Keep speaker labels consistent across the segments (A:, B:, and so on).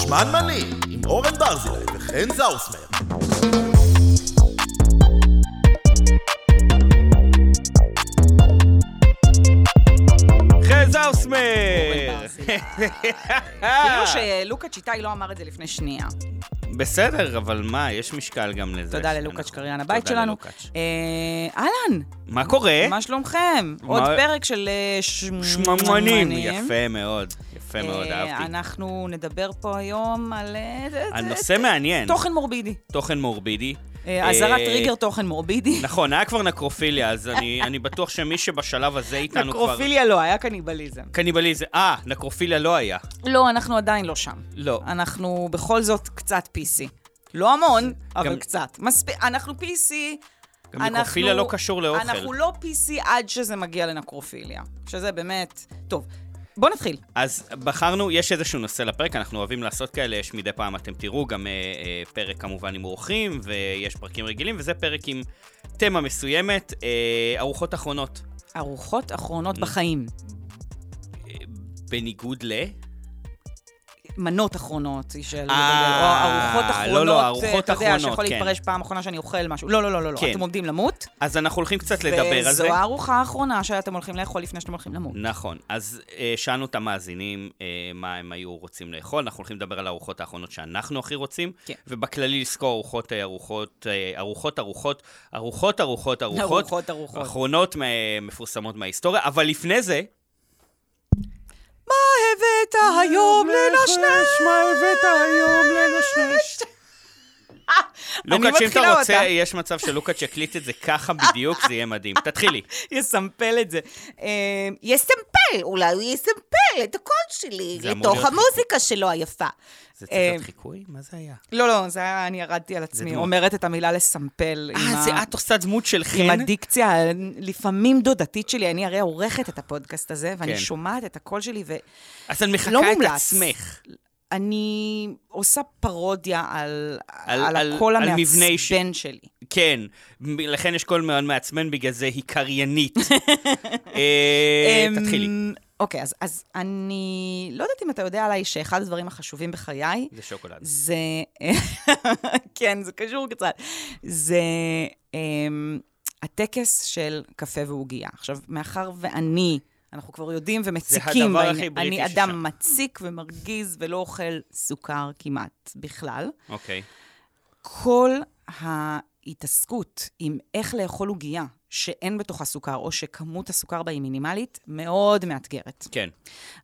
A: זמנמני, עם אורן ברזילי וחן זאוסמן.
B: חן
C: אורן
B: זאוסמר!
C: ברזילי.
B: אה,
C: כאילו שלוקאץ' איתי לא אמר את זה לפני שנייה.
B: בסדר, אבל מה, יש משקל גם לזה.
C: תודה
B: שאנחנו-
C: ללוקאץ' קריין הבית
B: נכון. תודה
C: שלנו.
B: ללוקאץ'.
C: אה, אהלן,
B: מה קורה?
C: מה שלומכם?
B: מה-
C: עוד פרק של אה, שמ-
B: שממונים.
C: שממנים.
B: יפה מאוד, יפה מאוד,
C: אה,
B: אהבתי.
C: אנחנו נדבר פה היום על... אה, זה- זה-
B: הנושא מעניין,
C: תוכן מורבידי.
B: תוכן מורבידי.
C: אה, אזהרת
B: אה,
C: טריגר תוכן מורבידי.
B: נכון, היה כבר נקרופיליה, אז אני אני בטוח שמי שבשלב הזה איתנו כבר...
C: נקרופיליה לא, היה קניבליזם.
B: קניבליזם. אה, נקרופיליה לא היה.
C: לא, אנחנו עדיין לא שם.
B: לא.
C: אנחנו בכל זאת קצת PC. לא המון, אבל
B: גם-
C: קצת. מספיק, אנחנו PC.
B: גם נקרופיליה
C: אנחנו-
B: לא קשור לאוכל.
C: אנחנו לא PC עד שזה מגיע לנקרופיליה. שזה באמת... טוב, בוא נתחיל.
B: אז בחרנו, יש איזשהו נושא לפרק, אנחנו אוהבים לעשות כאלה, יש מדי פעם, אתם תראו, גם אה, אה, פרק כמובן עם אורחים, ויש פרקים רגילים, וזה פרק עם תמה מסוימת, אה, ארוחות אחרונות.
C: ארוחות אחרונות בחיים.
B: אה, בניגוד ל...
C: מנות אחרונות, היא של...
B: אה,
C: או ארוחות
B: לא,
C: אחרונות.
B: לא,
C: אה,
B: ארוחות
C: אתה יודע,
B: אחרונות,
C: שיכול
B: כן.
C: להתפרש פעם אחרונה שאני אוכל משהו. לא, לא, לא, לא, לא.
B: כן.
C: אתם עומדים למות.
B: אז אנחנו הולכים קצת לדבר על זה.
C: וזו הארוחה האחרונה שאתם הולכים לאכול לפני שאתם הולכים למות.
B: נכון, אז אה, שאלנו את המאזינים אה, מה הם היו רוצים לאכול, אנחנו הולכים לדבר על הארוחות האחרונות שאנחנו הכי רוצים,
C: כן.
B: ובכללי לזכור ארוחות, אה, ארוחות, אה, ארוחות, ארוחות, ארוחות, ארוחות, ארוחות,
C: ארוחות, ארוחות.
B: אחרונות אה, מפורסמות מההיסטוריה, אבל לפני זה,
C: מה הבאת היום לנשנש?
B: מה הבאת היום לנשנש? לוקאץ', אם
C: מתחילה
B: אתה רוצה,
C: אותה.
B: יש מצב שלוקאץ' יקליט את זה ככה בדיוק, זה יהיה מדהים. תתחילי.
C: יסמפל את זה. אה, יסמפל, אולי הוא יסמפל את הקול שלי
B: זה אמור
C: לתוך
B: להיות
C: המוזיקה שלו היפה.
B: זה צריך
C: אה,
B: להיות חיקוי? מה זה היה?
C: לא, לא, זה היה, אני ירדתי על עצמי,
B: דמות.
C: אומרת את המילה לסמפל. עם
B: אה,
C: ה-
B: זה את כן? עושה דמות של
C: עם
B: חן?
C: הדיקציה הלפעמים דודתית שלי, אני הרי עורכת את הפודקאסט הזה, ואני
B: כן.
C: שומעת את הקול שלי,
B: אז את מחקה
C: לא
B: את
C: מומלץ.
B: עצמך.
C: ואני עושה פרודיה על,
B: על-
C: על,
B: על-
C: הקול
B: על מבנה אישי.
C: המעצבן שלי.
B: כן. מ- לכן יש קול מאוד מעצמן, בגלל זה היא קריינית. אה,
C: אמ,
B: תתחילי.
C: אוקיי, אז, אז אני לא יודעת אם אתה יודע עליי שאחד הדברים החשובים בחיי,
B: זה שוקולד.
C: זה... כן, זה קשור קצת. זה אמ, הטקס של קפה ועוגייה. עכשיו, מאחר ואני, אנחנו כבר יודעים ומציקים,
B: הדבר
C: בעניין-
B: הכי בריטי
C: אני
B: ששם.
C: אדם מציק ומרגיז ולא אוכל סוכר כמעט בכלל,
B: אוקיי.
C: כל ההתעסקות עם איך לאכול עוגייה שאין בתוכה סוכר, או שכמות הסוכר בה היא מינימלית, מאוד מאתגרת.
B: כן.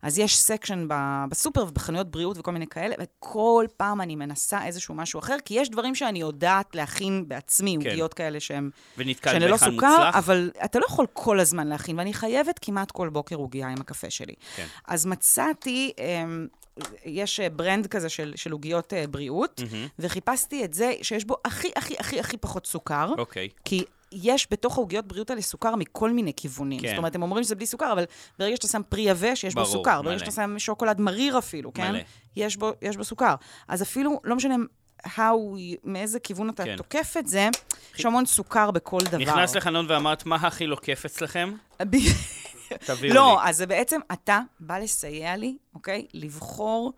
C: אז יש סקשן ב- בסופר ובחנויות בריאות וכל מיני כאלה, וכל פעם אני מנסה איזשהו משהו אחר, כי יש דברים שאני יודעת להכין בעצמי,
B: כן.
C: עוגיות כאלה שהן
B: ונתקלת
C: שהן ללא
B: בהיכן
C: לא סוכר,
B: מוצלח?
C: אבל אתה לא יכול כל הזמן להכין, ואני חייבת כמעט כל בוקר עוגייה עם הקפה שלי.
B: כן.
C: אז מצאתי, אמ, יש אה, ברנד כזה של של עוגיות אה, בריאות, וחיפשתי את זה שיש בו הכי הכי הכי הכי פחות סוכר.
B: אוקיי.
C: כי יש בתוך העוגיות בריאות האלה סוכר מכל מיני כיוונים.
B: כן.
C: זאת אומרת, הם אומרים שזה בלי סוכר, אבל ברגע שאתה שם פרי יבש, יש
B: ברור,
C: בו
B: מלא.
C: סוכר. ברגע שאתה שם שוקולד מריר אפילו, כן?
B: מלא.
C: יש בו, יש בו סוכר. אז אפילו, לא משנה how, מאיזה כיוון אתה
B: כן.
C: תוקף את זה, יש המון סוכר בכל דבר.
B: נכנס לחנון ואמרת, מה הכי לוקף אצלכם? תביאו לי.
C: לא, אז זה בעצם, אתה בא לסייע לי, אוקיי? לבחור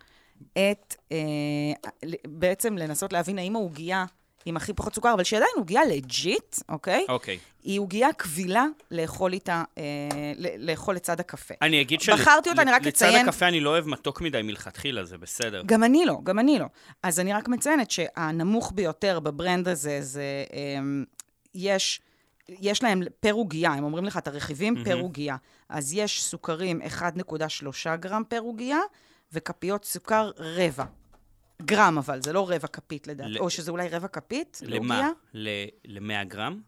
C: את... אה, ל- בעצם לנסות להבין האם העוגייה עם הכי פחות סוכר, אבל שעדיין עוגייה לג'יט, אוקיי?
B: אוקיי.
C: היא עוגייה קבילה לאכול איתה, אה, ל- לאכול לצד הקפה.
B: אני אגיד של-
C: בחרתי אותה, אני רק
B: לצד
C: אציין-
B: הקפה אני לא אוהב מתוק מדי מלכתחילה, זה בסדר.
C: גם אני לא, גם אני לא. אז אני רק מציינת שהנמוך ביותר בברנד הזה זה, אמ, יש, יש להם פר עוגייה, הם אומרים לך את הרכיבים פר עוגייה. אז יש סוכרים 1.3 גרם פר עוגייה, וכפיות סוכר רבע. גרם אבל, זה לא רבע כפית לדעתי,
B: ל-
C: או שזה אולי רבע כפית?
B: למה?
C: לעוגייה?
B: ל-100 גרם?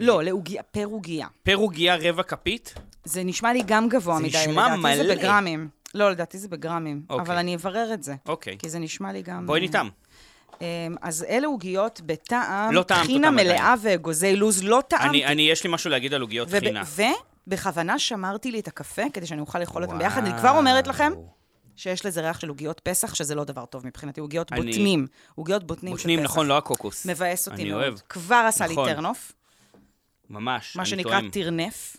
C: לא, לעוגייה, פר עוגייה.
B: פר עוגייה רבע כפית?
C: זה נשמע לי גם גבוה
B: זה
C: מדי,
B: נשמע
C: לדעתי
B: מלא.
C: זה בגרמים. לא, לדעתי זה בגרמים,
B: אוקיי.
C: אבל אני אברר את זה.
B: אוקיי.
C: כי זה נשמע לי גם...
B: בואי
C: אה,
B: ניתם.
C: אמ, אז אלה עוגיות בטעם,
B: לא טעמת
C: טחינה
B: אותם עדיין.
C: מלאה ואגוזי לוז, לא טעמתי.
B: אני, אני, יש לי משהו להגיד על עוגיות
C: וב-
B: חינה.
C: ובכוונה שמרתי לי את הקפה, כדי שאני אוכל לאכול אותם
B: וואו.
C: ביחד. אני כבר אומרת לכם שיש לזה ריח של עוגיות פסח, שזה לא דבר טוב מבחינתי, עוגיות
B: אני-
C: בוטנים. עוגיות בוטנים של פסח.
B: מותנים, נכון, לא הקוקוס.
C: מבאס אותי
B: אני
C: מאוד.
B: אוהב,
C: כבר עשה לי
B: נכון.
C: טרנוף,
B: ממש.
C: מה
B: אני
C: שנקרא
B: טועם.
C: טרנף.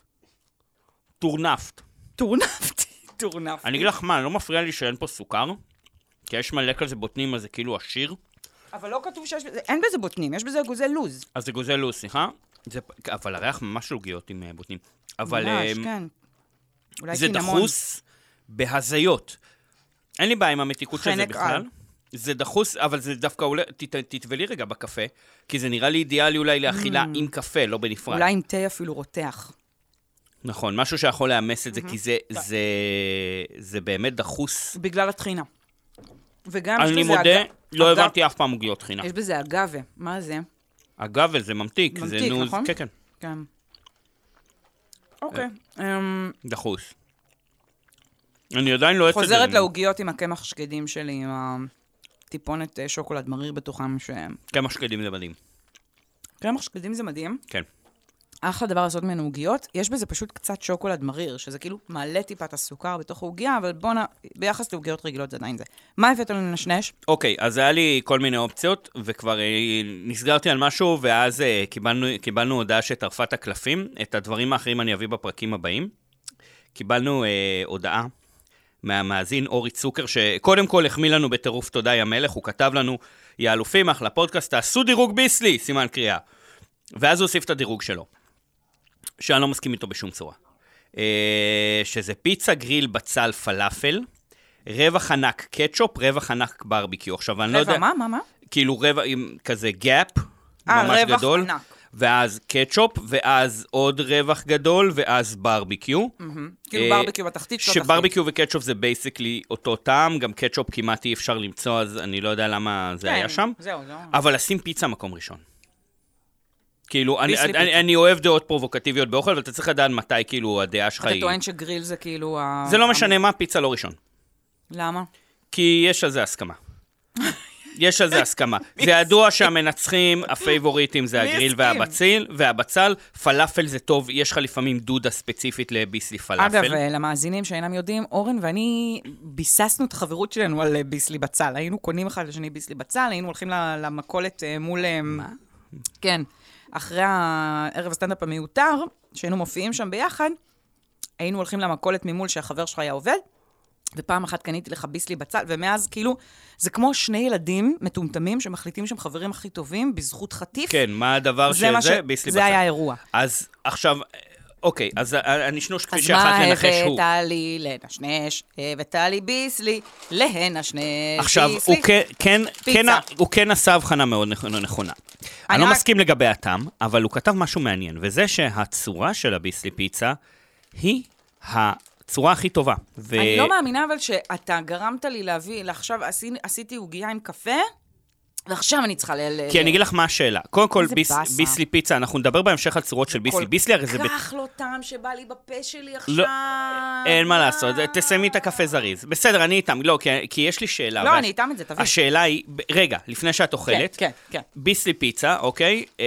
B: טורנפט.
C: טורנפתי, טורנפתי.
B: אני אגיד לך מה, לא מפריע לי שאין פה סוכר, כי יש מלא כזה בוטנים, אז זה כאילו עשיר.
C: אבל לא כתוב שיש בזה, אין בזה בוטנים, יש בזה אגוזי לוז.
B: אז זה גוזל לוס, סליחה. זה, אבל הריח ממש עוגיות עם אה, בוטנים. אבל
C: ממש,
B: אה,
C: כן. אולי
B: זה
C: קינמון.
B: דחוס בהזיות. אין לי בעיה עם המתיקות של זה
C: חנק
B: בכלל.
C: על.
B: זה דחוס, אבל זה דווקא עולה, תת- תטבלי רגע בקפה, כי זה נראה לי אידיאלי אולי לאכילה עם קפה, לא בנפרד.
C: Mm. אולי עם תה אפילו רותח.
B: נכון, משהו שיכול לאמס את זה,
C: Mm-hmm.
B: כי זה, זה, זה באמת דחוס.
C: בגלל הטחינה. וגם יש
B: אני
C: בזה
B: מודה,
C: אג-
B: לא
C: אגב-
B: הבנתי אף פעם עוגיות חינם.
C: יש בזה אגבה, מה זה?
B: אגב, זה ממתיק. זה
C: ממתיק,
B: נו-
C: נכון?
B: כן, כן,
C: כן. אוקיי.
B: אה,
C: אמ,
B: דחוס. אני עדיין לא אוהב את זה.
C: חוזרת לעוגיות עם הקמח שקדים שלי, עם הטיפונת אה, שוקולד מריר בתוכם, ש...
B: כמה שקדים זה מדהים.
C: קמח שקדים זה מדהים.
B: כן.
C: אחלה דבר לעשות ממנו עוגיות, יש בזה פשוט קצת שוקולד מריר, שזה כאילו מעלה טיפה את הסוכר בתוך העוגיה, אבל בואנה, ביחס לעוגיות רגילות זה עדיין זה. מה הבאת לנו לנשנש?
B: אוקיי, אז היה לי כל מיני אופציות, וכבר אה, נסגרתי על משהו, ואז אה, קיבלנו, קיבלנו הודעה שטרפה את הקלפים. את הדברים האחרים אני אביא בפרקים הבאים. קיבלנו אה, הודעה מהמאזין אורי צוקר, שקודם כל החמיא לנו בטירוף תודה יא מלך, הוא כתב לנו, יא אלופים, אחלה פודקאסט, תעשו דירוג ביסלי, סימן קריאה. ואז הוא הוסיף את הדירוג שלו, שאני לא מסכים איתו בשום צורה. אה, שזה פיצה, גריל, בצל, פלאפל, רווח ענק קטשופ, רווח ענק ברביקיו. עכשיו, אני לא יודע...
C: רגע, מה, מה, מה?
B: כאילו רווח, עם כזה גאפ,
C: אה,
B: ממש
C: רווח
B: גדול.
C: ענק.
B: ואז קטשופ, ואז עוד רווח גדול, ואז ברביקיו.
C: כאילו
B: אה,
C: ברבקיו בתחתית שלו תחתית.
B: שברביקיו וקטשופ זה בייסיקלי אותו טעם, גם קטשופ כמעט אי אפשר למצוא, אז אני לא יודע למה זה
C: כן,
B: היה שם. אה,
C: זהו, זהו.
B: אבל לשים פיצה מקום ראשון. כאילו, אני,
C: ביסלי
B: אני,
C: פיצה.
B: אני, אני אוהב דעות פרובוקטיביות באוכל, אבל אתה צריך לדעת מתי כאילו הדעה שלך
C: אתה
B: היא...
C: טוען שגריל זה כאילו ה...
B: זה לא
C: ה-
B: משנה מה, פיצה לא ראשון.
C: למה?
B: כי יש על זה הסכמה. יש על זה הסכמה. זה ידוע שהמנצחים, הפייבוריטים זה
C: מי
B: הגריל
C: הסכים?
B: והבציל, והבצל. פלאפל זה טוב, יש לך לפעמים דודה ספציפית לביסלי
C: אגב,
B: פלאפל.
C: אה, למאזינים שאינם יודעים, אורן ואני ביססנו את החברות שלנו על אה, ביסלי בצל. היינו קונים אחד לשני ביסלי בצל, היינו הולכים ל- למכולת אה, מול... מה? כן. אחרי הערב הסטנדאפ המיותר, שהיינו מופיעים שם ביחד, היינו הולכים למכולת ממול שהחבר שלך היה עובד, ופעם אחת קניתי לך ביסלי בצל, ומאז כאילו, זה כמו שני ילדים מטומטמים שמחליטים שהם חברים הכי טובים בזכות חטיף.
B: כן, מה הדבר
C: זה מה ש-
B: שזה? ביסלי
C: זה היה
B: בצל.
C: האירוע.
B: אז עכשיו, אוקיי, אז הנשנוש כפי
C: אז
B: שיכלת
C: מה אה,
B: לנחש הוא.
C: הבאת לי לנשנש? הבאת לי ביסלי לנשנש.
B: עכשיו,
C: ביסלי.
B: הוא כן- כן-
C: פיצה.
B: כן ה- הוא כן עשה הבחנה מאוד נכ- נכונה. אני לא
C: רק-
B: מסכים לגבי הטעם, אבל הוא כתב משהו מעניין, וזה שהצורה של הביסלי פיצה היא הצורה הכי טובה. ו-
C: אני לא מאמינה אבל שאתה גרמת לי להביא, לעכשיו עשי- עשיתי עוגייה עם קפה, ועכשיו אני צריכה ל... ל-
B: כי אני אגיד לך מה השאלה. קודם כל,
C: איזה
B: ביס,
C: באסה.
B: ביסלי פיצה, אנחנו נדבר בהמשך על צורות של ביסלי. ביסלי הרי זה...
C: כל
B: ב...
C: כך לא טעם שבא לי בפה שלי עכשיו.
B: לא, אין מה לעשות, זה- תסיימי את הקפה זריז. בסדר, אני איתם. לא, כי, כי יש לי שאלה.
C: לא,
B: אבל-
C: אני איתם את זה, תביא.
B: השאלה היא, ב- רגע, לפני שאת אוכלת,
C: כן, כן.
B: ביסלי פיצה, אוקיי? אמ,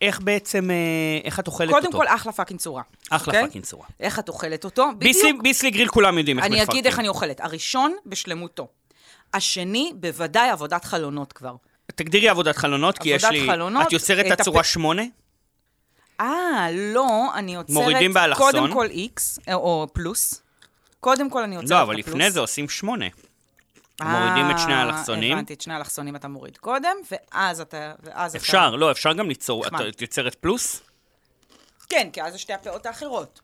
B: איך בעצם, אה, איך את אוכלת
C: קודם
B: אותו?
C: כל, אחלה פאקינג צורה.
B: אחלה
C: אוקיי?
B: פאקינג צורה.
C: איך את אוכלת אותו?
B: ביסלי,
C: בדיוק.
B: ביסלי גריל כולם יודעים איך
C: אני
B: מפרקים.
C: אגיד איך אני אוכלת. הראשון, בשלמותו. השני, בוודאי עבודת חלונות כבר.
B: תגדירי עבודת חלונות, כי יש
C: עבודת
B: לי...
C: חלונות,
B: את יוצרת
C: את
B: את הצורה
C: הפ-
B: שמונה?
C: אה, לא, אני עוצרת...
B: מורידים באלכסון.
C: קודם כל איקס, או- או פלוס. קודם כל אני עוצרת את
B: לא,
C: הפלוס.
B: אבל לפני זה עושים שמונה.
C: אה,
B: מורידים את שני האלכסונים.
C: הבנתי, את שני האלכסונים אתה מוריד קודם, ואז אתה... ואז אתה-
B: אפשר, לא, אפשר גם ליצור,
C: נחמד.
B: את- את יוצרת פלוס?
C: כן, כי אז זה שתי הפאות האחרות.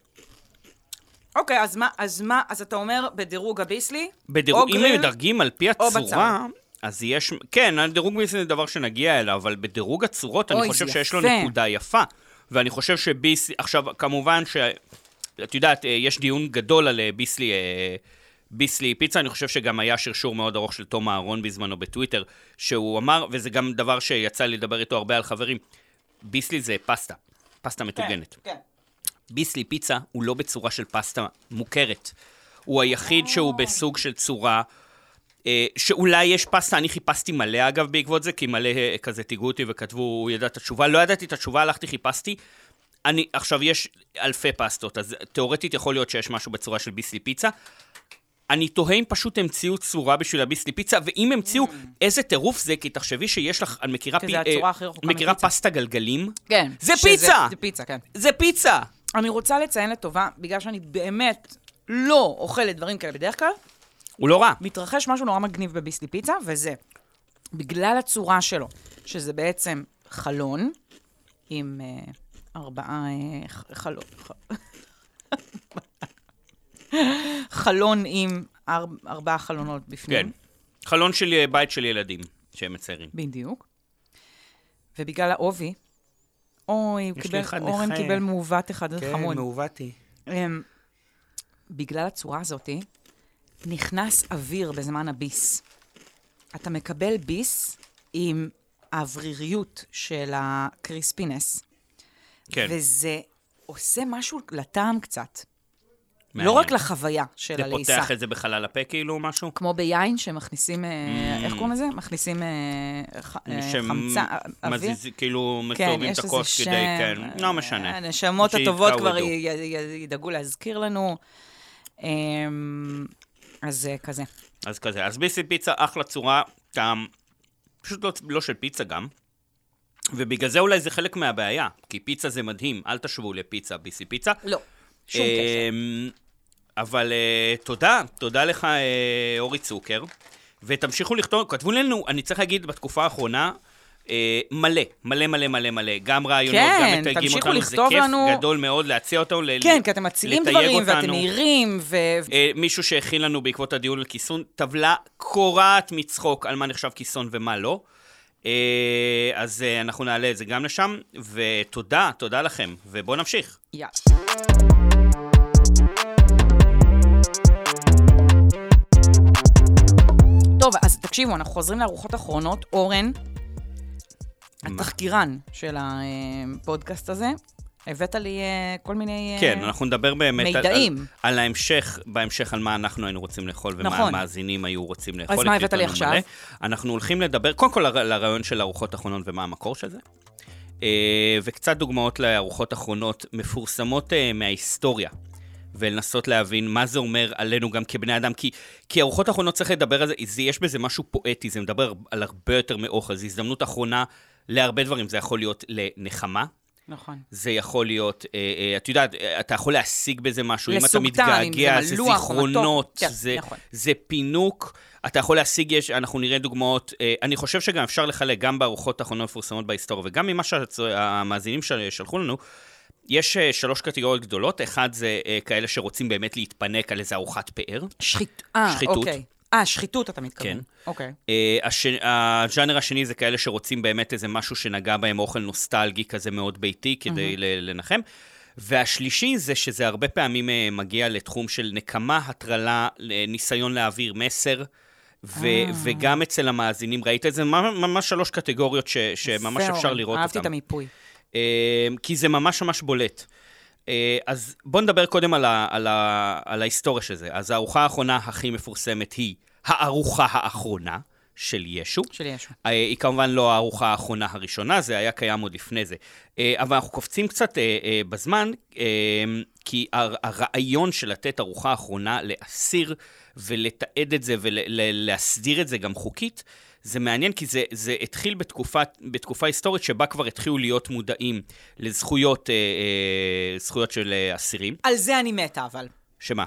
C: אוקיי, אז מה, אז מה, אז אתה אומר בדירוג הביסלי? או
B: בדירוג, אם
C: גריל?
B: מדרגים על פי
C: אוקיי. או
B: הצורה, אז יש, כן, הדירוג ביסלי זה דבר שנגיע אליו, אבל בדירוג הצורות,
C: אוי,
B: אני
C: זה
B: חושב שיש לו
C: יפה.
B: נקודה יפה. ואני חושב שביסלי, עכשיו, כמובן ש... את יודעת, אה, יש דיון גדול על אה, ביסלי, אה, ביסלי פיצה, אני חושב שגם היה שרשור מאוד ארוך של תום אהרון בזמנו בטוויטר, שהוא אמר, וזה גם דבר שיצא לי לדבר איתו הרבה על חברים, ביסלי זה פסטה, פסטה
C: כן,
B: מטוגנת.
C: כן.
B: ביסלי פיצה הוא לא בצורה של פסטה מוכרת. הוא
C: אה.
B: היחיד שהוא בסוג של צורה, אה, שאולי יש פסטה, אני חיפשתי מלא אגב בעקבות זה, כי מלא אה, כזה תיגעו אותי וכתבו, הוא ידע את התשובה, לא ידעתי את התשובה, הלכתי, חיפשתי. אני, עכשיו, יש אלפי פסטות, אז תאורטית יכול להיות שיש משהו בצורה של ביסלי פיצה. אני תוהה אם פשוט המציאו צורה בשביל הביסלי פיצה, ואם המציאו, איזה טירוף זה, כי תחשבי שיש לך, אני מכירה,
C: Mm. כי
B: פי-
C: זה הצורה הכי
B: אה,
C: רחוקה
B: מכירה
C: מפיצה.
B: פסטה גלגלים?
C: כן.
B: זה
C: שזה-
B: פיצה!
C: זה פיצה, כן.
B: זה פיצה!
C: אני רוצה לציין לטובה, בגלל שאני באמת לא אוכלת דברים כאלה בדרך כלל,
B: הוא לא רע.
C: מתרחש משהו נורא מגניב בביסלי פיצה, וזה בגלל הצורה שלו, שזה בעצם חלון עם אה, ארבעה אה, ח- חלון. ח- חלון עם אר, ארבעה חלונות בפנים.
B: כן. חלון של אה, בית של ילדים, שהם מציירים.
C: בדיוק. ובגלל העובי, אוי, הוא
B: יש לי
C: קיבל,
B: אחד
C: אורן
B: נכה.
C: קיבל מעוות אחד כן,
B: כן,
C: חמוד.
B: מעוותי.
C: אמ, בגלל הצורה הזאתי, נכנס אוויר בזמן הביס. אתה מקבל ביס עם האווריריות של הקריספינס,
B: כן,
C: וזה עושה משהו לטעם קצת. מעניין.
B: מעניין.
C: לא רק לחוויה של
B: זה
C: הלעיסה.
B: פותח את זה בחלל הפה כאילו, משהו?
C: כמו ביין שמכניסים, אה,
B: Mm.
C: איך קוראים לזה? מכניסים אה, ח- אה, חמצה, אה, אוויר.
B: מזיז, כאילו,
C: כן,
B: מסובבים את
C: יש לזה
B: הכוס
C: שם. אה,
B: כדי, כן, לא משנה.
C: הנשמות
B: שיקראו,
C: הטובות כבר
B: ידעו.
C: י- י- ידאגו להזכיר לנו. אמ, אז זה כזה.
B: אז כזה, אז ביסי פיצה, אחלה צורה, טעם, פשוט לא, לא של פיצה גם. ובגלל זה אולי זה חלק מהבעיה, כי פיצה זה מדהים, אל תשוו לפיצה, ביסי פיצה.
C: לא, שום קשר.
B: אמ, אבל אה, תודה, תודה לך, אה, אורי צוקר. ותמשיכו לכתוב, כתבו לנו, אני צריך להגיד, בתקופה האחרונה, אה, מלא, מלא מלא מלא מלא, גם רעיונות,
C: כן,
B: גם מתייגים
C: תמשיכו
B: אותנו, זה
C: לכתוב
B: כיף
C: לנו.
B: גדול מאוד להציע אותו, ל-
C: כן, כי אתם מציעים
B: לתייג
C: דברים, ואתם
B: אותנו.
C: מהירים, ו...
B: אה, מישהו שהכין לנו בעקבות הדיון על כיסון טבלה קורעת מצחוק על מה נחשב כיסון ומה לא. אה, אז אה, אנחנו נעלה את זה גם לשם, ותודה, תודה לכם, ובואו נמשיך.
C: יאללה. טוב, אז תקשיבו, אנחנו חוזרים לארוחות אחרונות. אורן, התחקירן של הפודקאסט הזה, הבאת לי אה, כל מיני... אה,
B: כן, אנחנו נדבר באמת על-
C: מידעים.
B: על, על ההמשך, בהמשך על מה אנחנו היינו רוצים לאכול ומה
C: נכון.
B: המאזינים היו רוצים לאכול.
C: מה
B: הקליטו
C: הבאת לי
B: לנו
C: עכשיו?
B: מלא. אנחנו הולכים לדבר, קודם כל לר- לרעיון של ארוחות אחרונות ומה המקור של זה. אה, וקצת דוגמאות לארוחות אחרונות מפורסמות אה, מההיסטוריה. ולנסות להבין מה זה אומר עלינו גם כבני אדם, כי, כי ארוחות אחרונות צריך לדבר על זה, זה, יש בזה משהו פואטי, זה מדבר על הרבה יותר מאוכל, זו הזדמנות אחרונה להרבה דברים, זה יכול להיות לנחמה,
C: נכון.
B: זה יכול להיות, אה, אה, את יודעת, אה, אתה יכול להשיג בזה משהו, אם אתה
C: לסוג טעם, אם זה
B: מתגעגע, זה
C: מלוח או מתוק,
B: זיכרונות,
C: כן,
B: זה-
C: נכון.
B: זה פינוק, אתה יכול להשיג, יש, אנחנו נראה דוגמאות, אה, אני חושב שגם אפשר לחלק, גם בארוחות האחרונות המפורסמות בהיסטוריה, וגם ממה שהמאזינים שלחו לנו, יש אה, שלוש קטגוריות גדולות, אחד זה אה, כאלה שרוצים באמת להתפנק על איזה ארוחת פאר.
C: שחית... אה,
B: שחיתות.
C: אוקיי. אה, שחיתות אתה מתכוון.
B: כן.
C: אוקיי.
B: אה, הש... הז'אנר השני זה כאלה שרוצים באמת איזה משהו שנגע בהם אוכל נוסטלגי כזה מאוד ביתי כדי ל- לנחם. והשלישי זה שזה הרבה פעמים אה, מגיע לתחום של נקמה, הטרלה, אה, ניסיון להעביר מסר. ו-
C: אה.
B: וגם אצל המאזינים, ראית את זה? ממ- ממש שלוש קטגוריות ש- שממש
C: יפה,
B: אפשר
C: אורן.
B: לראות
C: אהבתי את
B: אותן.
C: המיפוי.
B: אה, כי זה ממש ממש בולט. אה, אז בואו נדבר קודם על, ה, על, ה, על ההיסטוריה של זה. אז הארוחה האחרונה הכי מפורסמת היא הארוחה האחרונה של ישו.
C: של ישו.
B: אה, היא כמובן לא הארוחה האחרונה הראשונה, זה היה קיים עוד לפני זה. אה, אבל אנחנו קופצים קצת אה, אה, בזמן, אה, כי הר- הרעיון של לתת ארוחה אחרונה לאסיר ולתעד את זה ולהסדיר את זה גם חוקית, זה מעניין כי זה, זה התחיל בתקופה, בתקופה היסטורית שבה כבר התחילו להיות מודעים לזכויות אה, אה, זכויות של אה, אסירים.
C: על זה אני מתה, אבל.
B: שמה?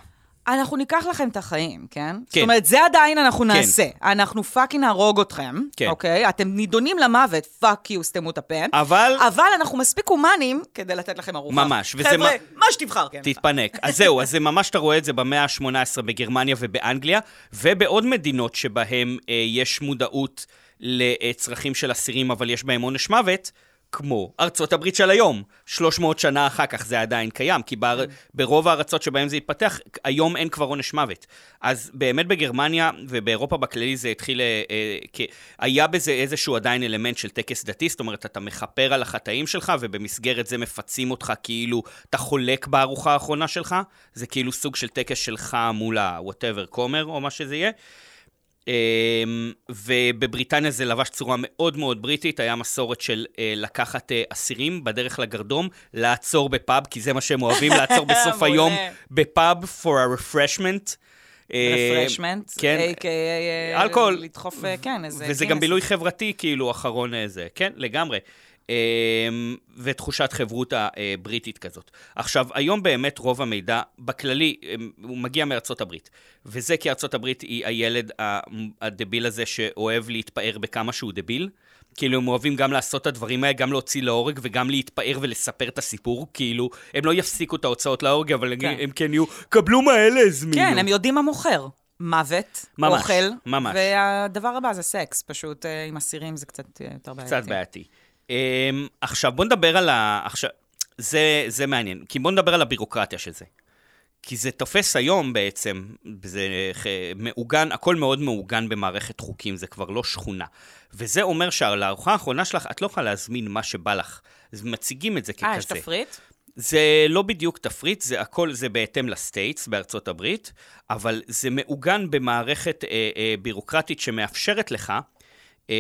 C: אנחנו ניקח לכם את החיים, כן? כן. זאת
B: כן.
C: אומרת, זה עדיין אנחנו נעשה. אנחנו פאקינג נהרוג אתכם,
B: כן.
C: אוקיי? אתם נידונים למוות, פאק יו, סתמו את הפה.
B: אבל...
C: אבל אנחנו מספיק הומנים כדי לתת לכם ארוחה.
B: ממש, וזה
C: חבר'ה,
B: מה-
C: מה שתבחר, כן.
B: תתפנק. אז זהו, אז זה ממש, אתה רואה את זה במאה ה-18 בגרמניה ובאנגליה, ובעוד מדינות שבהן אה, יש מודעות לצרכים של אסירים, אבל יש בהם עונש מוות. כמו ארצות הברית של היום, 300 שנה אחר כך זה עדיין קיים, כי בר, ברוב הארצות שבהן זה התפתח, היום אין כבר עונש מוות. אז באמת בגרמניה ובאירופה בכללי זה התחיל, אה, אה, כ... היה בזה איזשהו עדיין אלמנט של טקס דתי, זאת אומרת, אתה מכפר על החטאים שלך, ובמסגרת זה מפצים אותך כאילו אתה חולק בארוחה האחרונה שלך, זה כאילו סוג של טקס שלך מול ה-whatever כומר, או מה שזה יהיה. אמ, ובבריטניה זה לבש צורה מאוד מאוד בריטית, היה מסורת של אה, לקחת אה, אסירים בדרך לגרדום, לעצור בפאב, כי זה מה שהם אוהבים, לעצור בסוף
C: מעולה.
B: היום בפאב for a refreshment. אה,
C: רפרשמנט,
B: כן,
C: a.k.a.
B: אלכוהול.
C: לדחוף, אה, כן, איזה...
B: וזה
C: כן,
B: גם
C: איזה-
B: בילוי חברתי, כאילו, אחרון אה, זה, כן, לגמרי. אמ, ותחושת חברותא אה, בריטית כזאת. עכשיו, היום באמת רוב המידע, בכללי, אמ, הוא מגיע מארצות הברית. וזה כי ארצות הברית היא הילד ה- הדביל הזה שאוהב להתפאר בכמה שהוא דביל. כאילו, הם אוהבים גם לעשות את הדברים האלה, גם להוציא להורג וגם להתפאר ולספר את הסיפור. כאילו, הם לא יפסיקו את ההוצאות להורג, אבל
C: כן.
B: הם כן יהיו, קבלו מהאלה, הזמינו.
C: כן, הם יודעים מה מוכר. מוות,
B: ממש,
C: אוכל.
B: ממש. והדבר
C: והדבר הבא זה סקס, פשוט אה, עם אסירים זה קצת אה, יותר בעייתי.
B: קצת בעייתי. Um, עכשיו, בוא נדבר על ה... עכשיו, זה, זה מעניין, כי בוא נדבר על הבירוקרטיה של זה. כי זה תופס היום בעצם, זה ח- מעוגן, הכל מאוד מעוגן במערכת חוקים, זה כבר לא שכונה. וזה אומר שעל הארוחה האחרונה שלך, את לא יכולה להזמין מה שבא לך. אז מציגים את זה ככזה.
C: אה, יש תפריט?
B: זה לא בדיוק תפריט, זה הכל, זה בהתאם לסטייטס בארצות הברית, אבל זה מעוגן במערכת אה, אה, בירוקרטית שמאפשרת לך אה,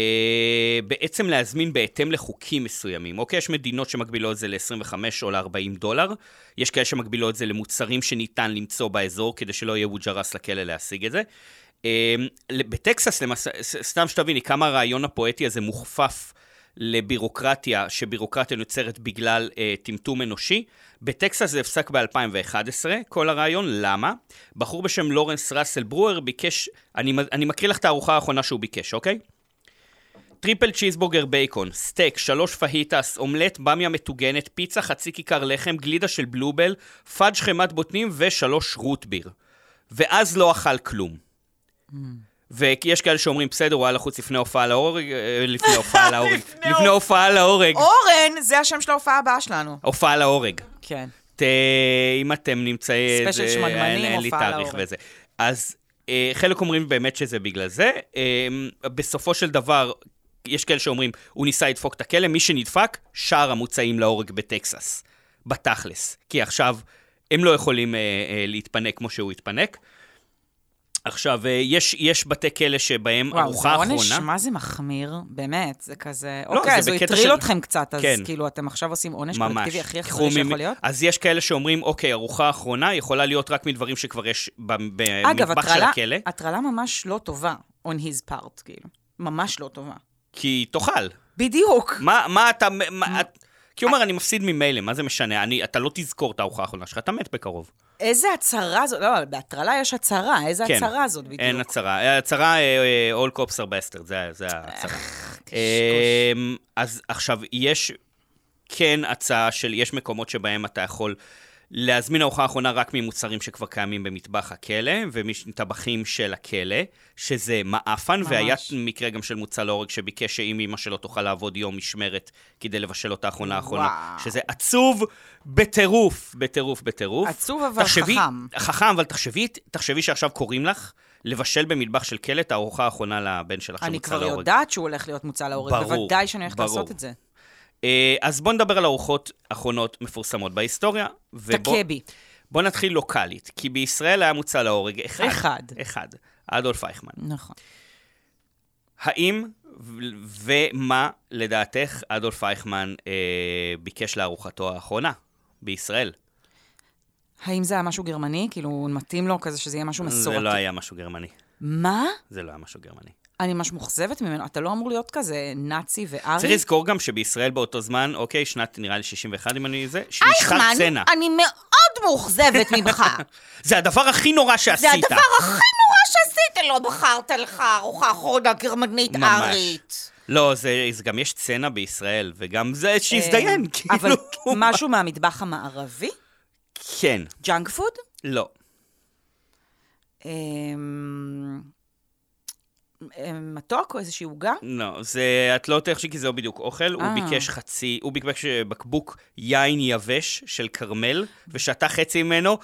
B: בעצם להזמין בהתאם לחוקים מסוימים. אוקיי, יש מדינות שמגבילות את זה ל-25 או ל-40 דולר, יש כאלה שמגבילות את זה למוצרים שניתן למצוא באזור, כדי שלא יהיה ווג'רס לכלא להשיג את זה. אה, בטקסס, למעשה, ס- סתם שתביני כמה הרעיון הפואטי הזה מוכפף לבירוקרטיה, שבירוקרטיה נוצרת בגלל אה, טמטום אנושי. בטקסס זה הפסק ב-2011, כל הרעיון, למה? בחור בשם לורנס ראסל ברואר ביקש, אני, מ- אני מקריא לך את הארוחה האחרונה שהוא ביקש, אוקיי? טריפל צ'יזבורגר בייקון, סטייק, שלוש פהיטס, אומלט, במיה מטוגנת, פיצה, חצי כיכר לחם, גלידה של בלובל, פאג' חמת בוטנים ושלוש רוט ביר. ואז לא אכל כלום. ויש כאלה שאומרים, בסדר, הוא היה לחוץ לפני הופעה להורג, אה, לפני הופעה להורג,
C: לפני
B: לפני הופעה להורג,
C: אורן, זה השם של ההופעה הבאה שלנו.
B: הופעה להורג.
C: כן.
B: ת... אם אתם נמצאים...
C: ספיישל
B: זה-
C: שמנמנים,
B: אין- אין לי
C: הופעה לא
B: תאריך
C: להורג.
B: וזה. אז אה, חלק אומרים באמת שזה בגלל זה. אה, בסופו של דבר, יש כאלה שאומרים, הוא ניסה לדפוק את הכלא, מי שנדפק, שאר המוצאים להורג בטקסס. בתכלס. כי עכשיו הם לא יכולים אה, אה, להתפנק כמו שהוא התפנק. עכשיו, אה, יש, יש בתי כלא שבהם
C: וואו, זה
B: ארוחה אחרונה...
C: עונש, מה זה מחמיר? באמת, זה כזה...
B: לא,
C: אוקיי,
B: זה
C: אז הוא
B: בקטע
C: הטריל
B: של-
C: אתכם קצת, אז
B: כן.
C: כאילו, אתם עכשיו עושים עונש
B: ממש.
C: קולקטיבי הכי אכזרי
B: תיקחו ממ-
C: שיכול להיות?
B: אז יש כאלה שאומרים, אוקיי, ארוחה אחרונה יכולה להיות רק מדברים שכבר יש ב-
C: אגב,
B: במטבח אה, של
C: הטרלה-
B: הכלא,
C: הטרלה ממש לא טובה, on his part, כאילו. ממש לא טובה.
B: כי היא תאכל.
C: בדיוק.
B: מה, מה אתה... מה, את... כי הוא אומר, אני מפסיד ממילא, מה זה משנה? אני, אתה לא תזכור את הארוחה האחרונה שלך, אתה מת בקרוב.
C: איזה הצהרה זאת, לא, בהטרלה יש הצהרה, איזה
B: כן.
C: הצהרה זאת בדיוק.
B: אין הצהרה. אה, הצהרה, אה, אה, all cops are bastard, זה זה
C: אה,
B: ההצהרה. אמ, אז עכשיו, יש כן הצעה של, יש מקומות שבהם אתה יכול להזמין ארוחה אחרונה רק ממוצרים שכבר קיימים במטבח הכלא, ומטבחים של הכלא, שזה מעפן,
C: ממש.
B: והיה מקרה גם של מוצא להורג שביקש שאם אימא שלו תוכל לעבוד יום משמרת כדי לבשל אותה האחרונה האחרונה,
C: וואו.
B: שזה עצוב בטירוף, בטירוף, בטירוף.
C: עצוב, אבל
B: תחשבי-
C: חכם.
B: חכם, אבל תחשבי, תחשבי שעכשיו קוראים לך לבשל במטבח של כלא את הארוחה האחרונה לבן שלך
C: אני
B: שמוצא
C: כבר
B: להורג.
C: יודעת שהוא הולך להיות מוצא להורג,
B: ברור,
C: בוודאי שאני הולכת
B: ברור.
C: לעשות את זה.
B: אה, אז בוא נדבר על ארוחות אחרונות מפורסמות בהיסטוריה. ובוא-
C: תכה בי.
B: בוא נתחיל לוקאלית, כי בישראל היה מוצא להורג אחד.
C: אחד.
B: אחד. אדולף אייכמן.
C: נכון.
B: האם ו- ומה לדעתך אדולף אייכמן אה, ביקש לארוחתו האחרונה בישראל?
C: האם זה היה משהו גרמני? כאילו, מתאים לו כזה שזה יהיה משהו מסורתי?
B: זה לא היה משהו גרמני.
C: מה?
B: זה לא היה משהו גרמני.
C: אני ממש מאוכזבת ממנו. אתה לא אמור להיות כזה נאצי וארי?
B: צריך לזכור גם שבישראל באותו זמן, אוקיי, שנת נראה לי 61 אם אני זה, שנשחק צנע.
C: אה, אני מאוד מאוכזבת ממך.
B: זה הדבר הכי נורא שעשית.
C: הכי נורא שעשית, לא בחרת לך ארוחה אחרונה גרמנית
B: ממש. ארית. לא, זה, זה גם יש צנע בישראל, וגם זה שהזדיין, כאילו.
C: אה, אבל משהו מהמטבח המערבי?
B: כן,
C: ג'אנק פוד?
B: לא.
C: אמ, אמ, מתוק או איזושהי עוגה?
B: לא, זה, את לא תחשבי כי זה לא בדיוק אוכל, הוא
C: אה.
B: ביקש חצי, הוא ביקש אה, בקבוק יין יבש של כרמל, ושתה חצי ממנו.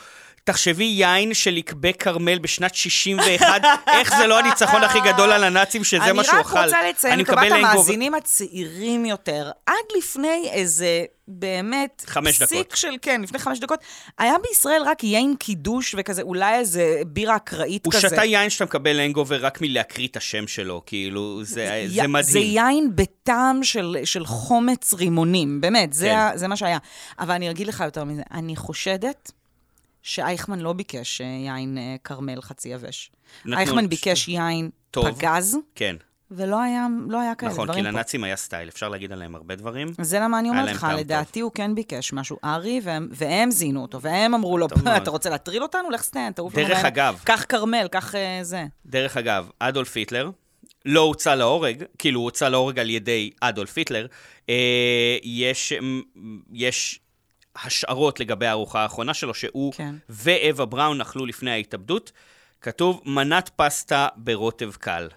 B: תחשבי יין של יקבי כרמל בשנת 61, איך זה לא הניצחון הכי גדול על הנאצים, שזה מה שהוא אכל.
C: אני רק רוצה לציין
B: אני
C: לטובת
B: מקבל אין גוב-
C: המאזינים הצעירים יותר, עד לפני איזה, באמת,
B: חמש דקות.
C: פסיק של, כן, לפני חמש דקות, היה בישראל רק יין קידוש וכזה, אולי איזה בירה אקראית
B: הוא
C: כזה.
B: שתה יין שאתה מקבל הנגובר רק מלהקריא את השם שלו, כאילו, זה, זה,
C: י-
B: מדהים.
C: זה יין בטעם של, של חומץ רימונים, באמת, זה,
B: כן.
C: ה- זה מה שהיה. אבל אני אגיד לך יותר מזה, אני חושדת שאייכמן לא ביקש אה, יין אה, כרמל חצי יבש.
B: נתנו-
C: אייכמן ביקש יין
B: טוב.
C: פגז
B: כן.
C: ולא היה, לא היה כאלה
B: נכון, כי
C: דברים פה.
B: לנאצים היה סטייל, אפשר להגיד עליהם הרבה דברים.
C: זה למה אני
B: היה
C: אומרת
B: להם
C: לך,
B: טעם טוב.
C: לדעתי הוא כן ביקש משהו ארי, והם, והם זינו אותו, והם אמרו לו,
B: טוב מאוד.
C: אתה רוצה להטריל אותנו? לך סטיין, תעוף לנו.
B: דרך
C: בעיניים.
B: אגב.
C: קח כרמל, קח אה, זה.
B: דרך אגב, אדולף היטלר לא הוצא להורג, כאילו הוא הוצא להורג על ידי אדולף היטלר. אה, יש, מ- יש השערות לגבי הארוחה האחרונה שלו, שהוא
C: כן.
B: כן. ואווה בראון אכלו לפני ההתאבדות. כתוב מנת פסטה ברוטב קל.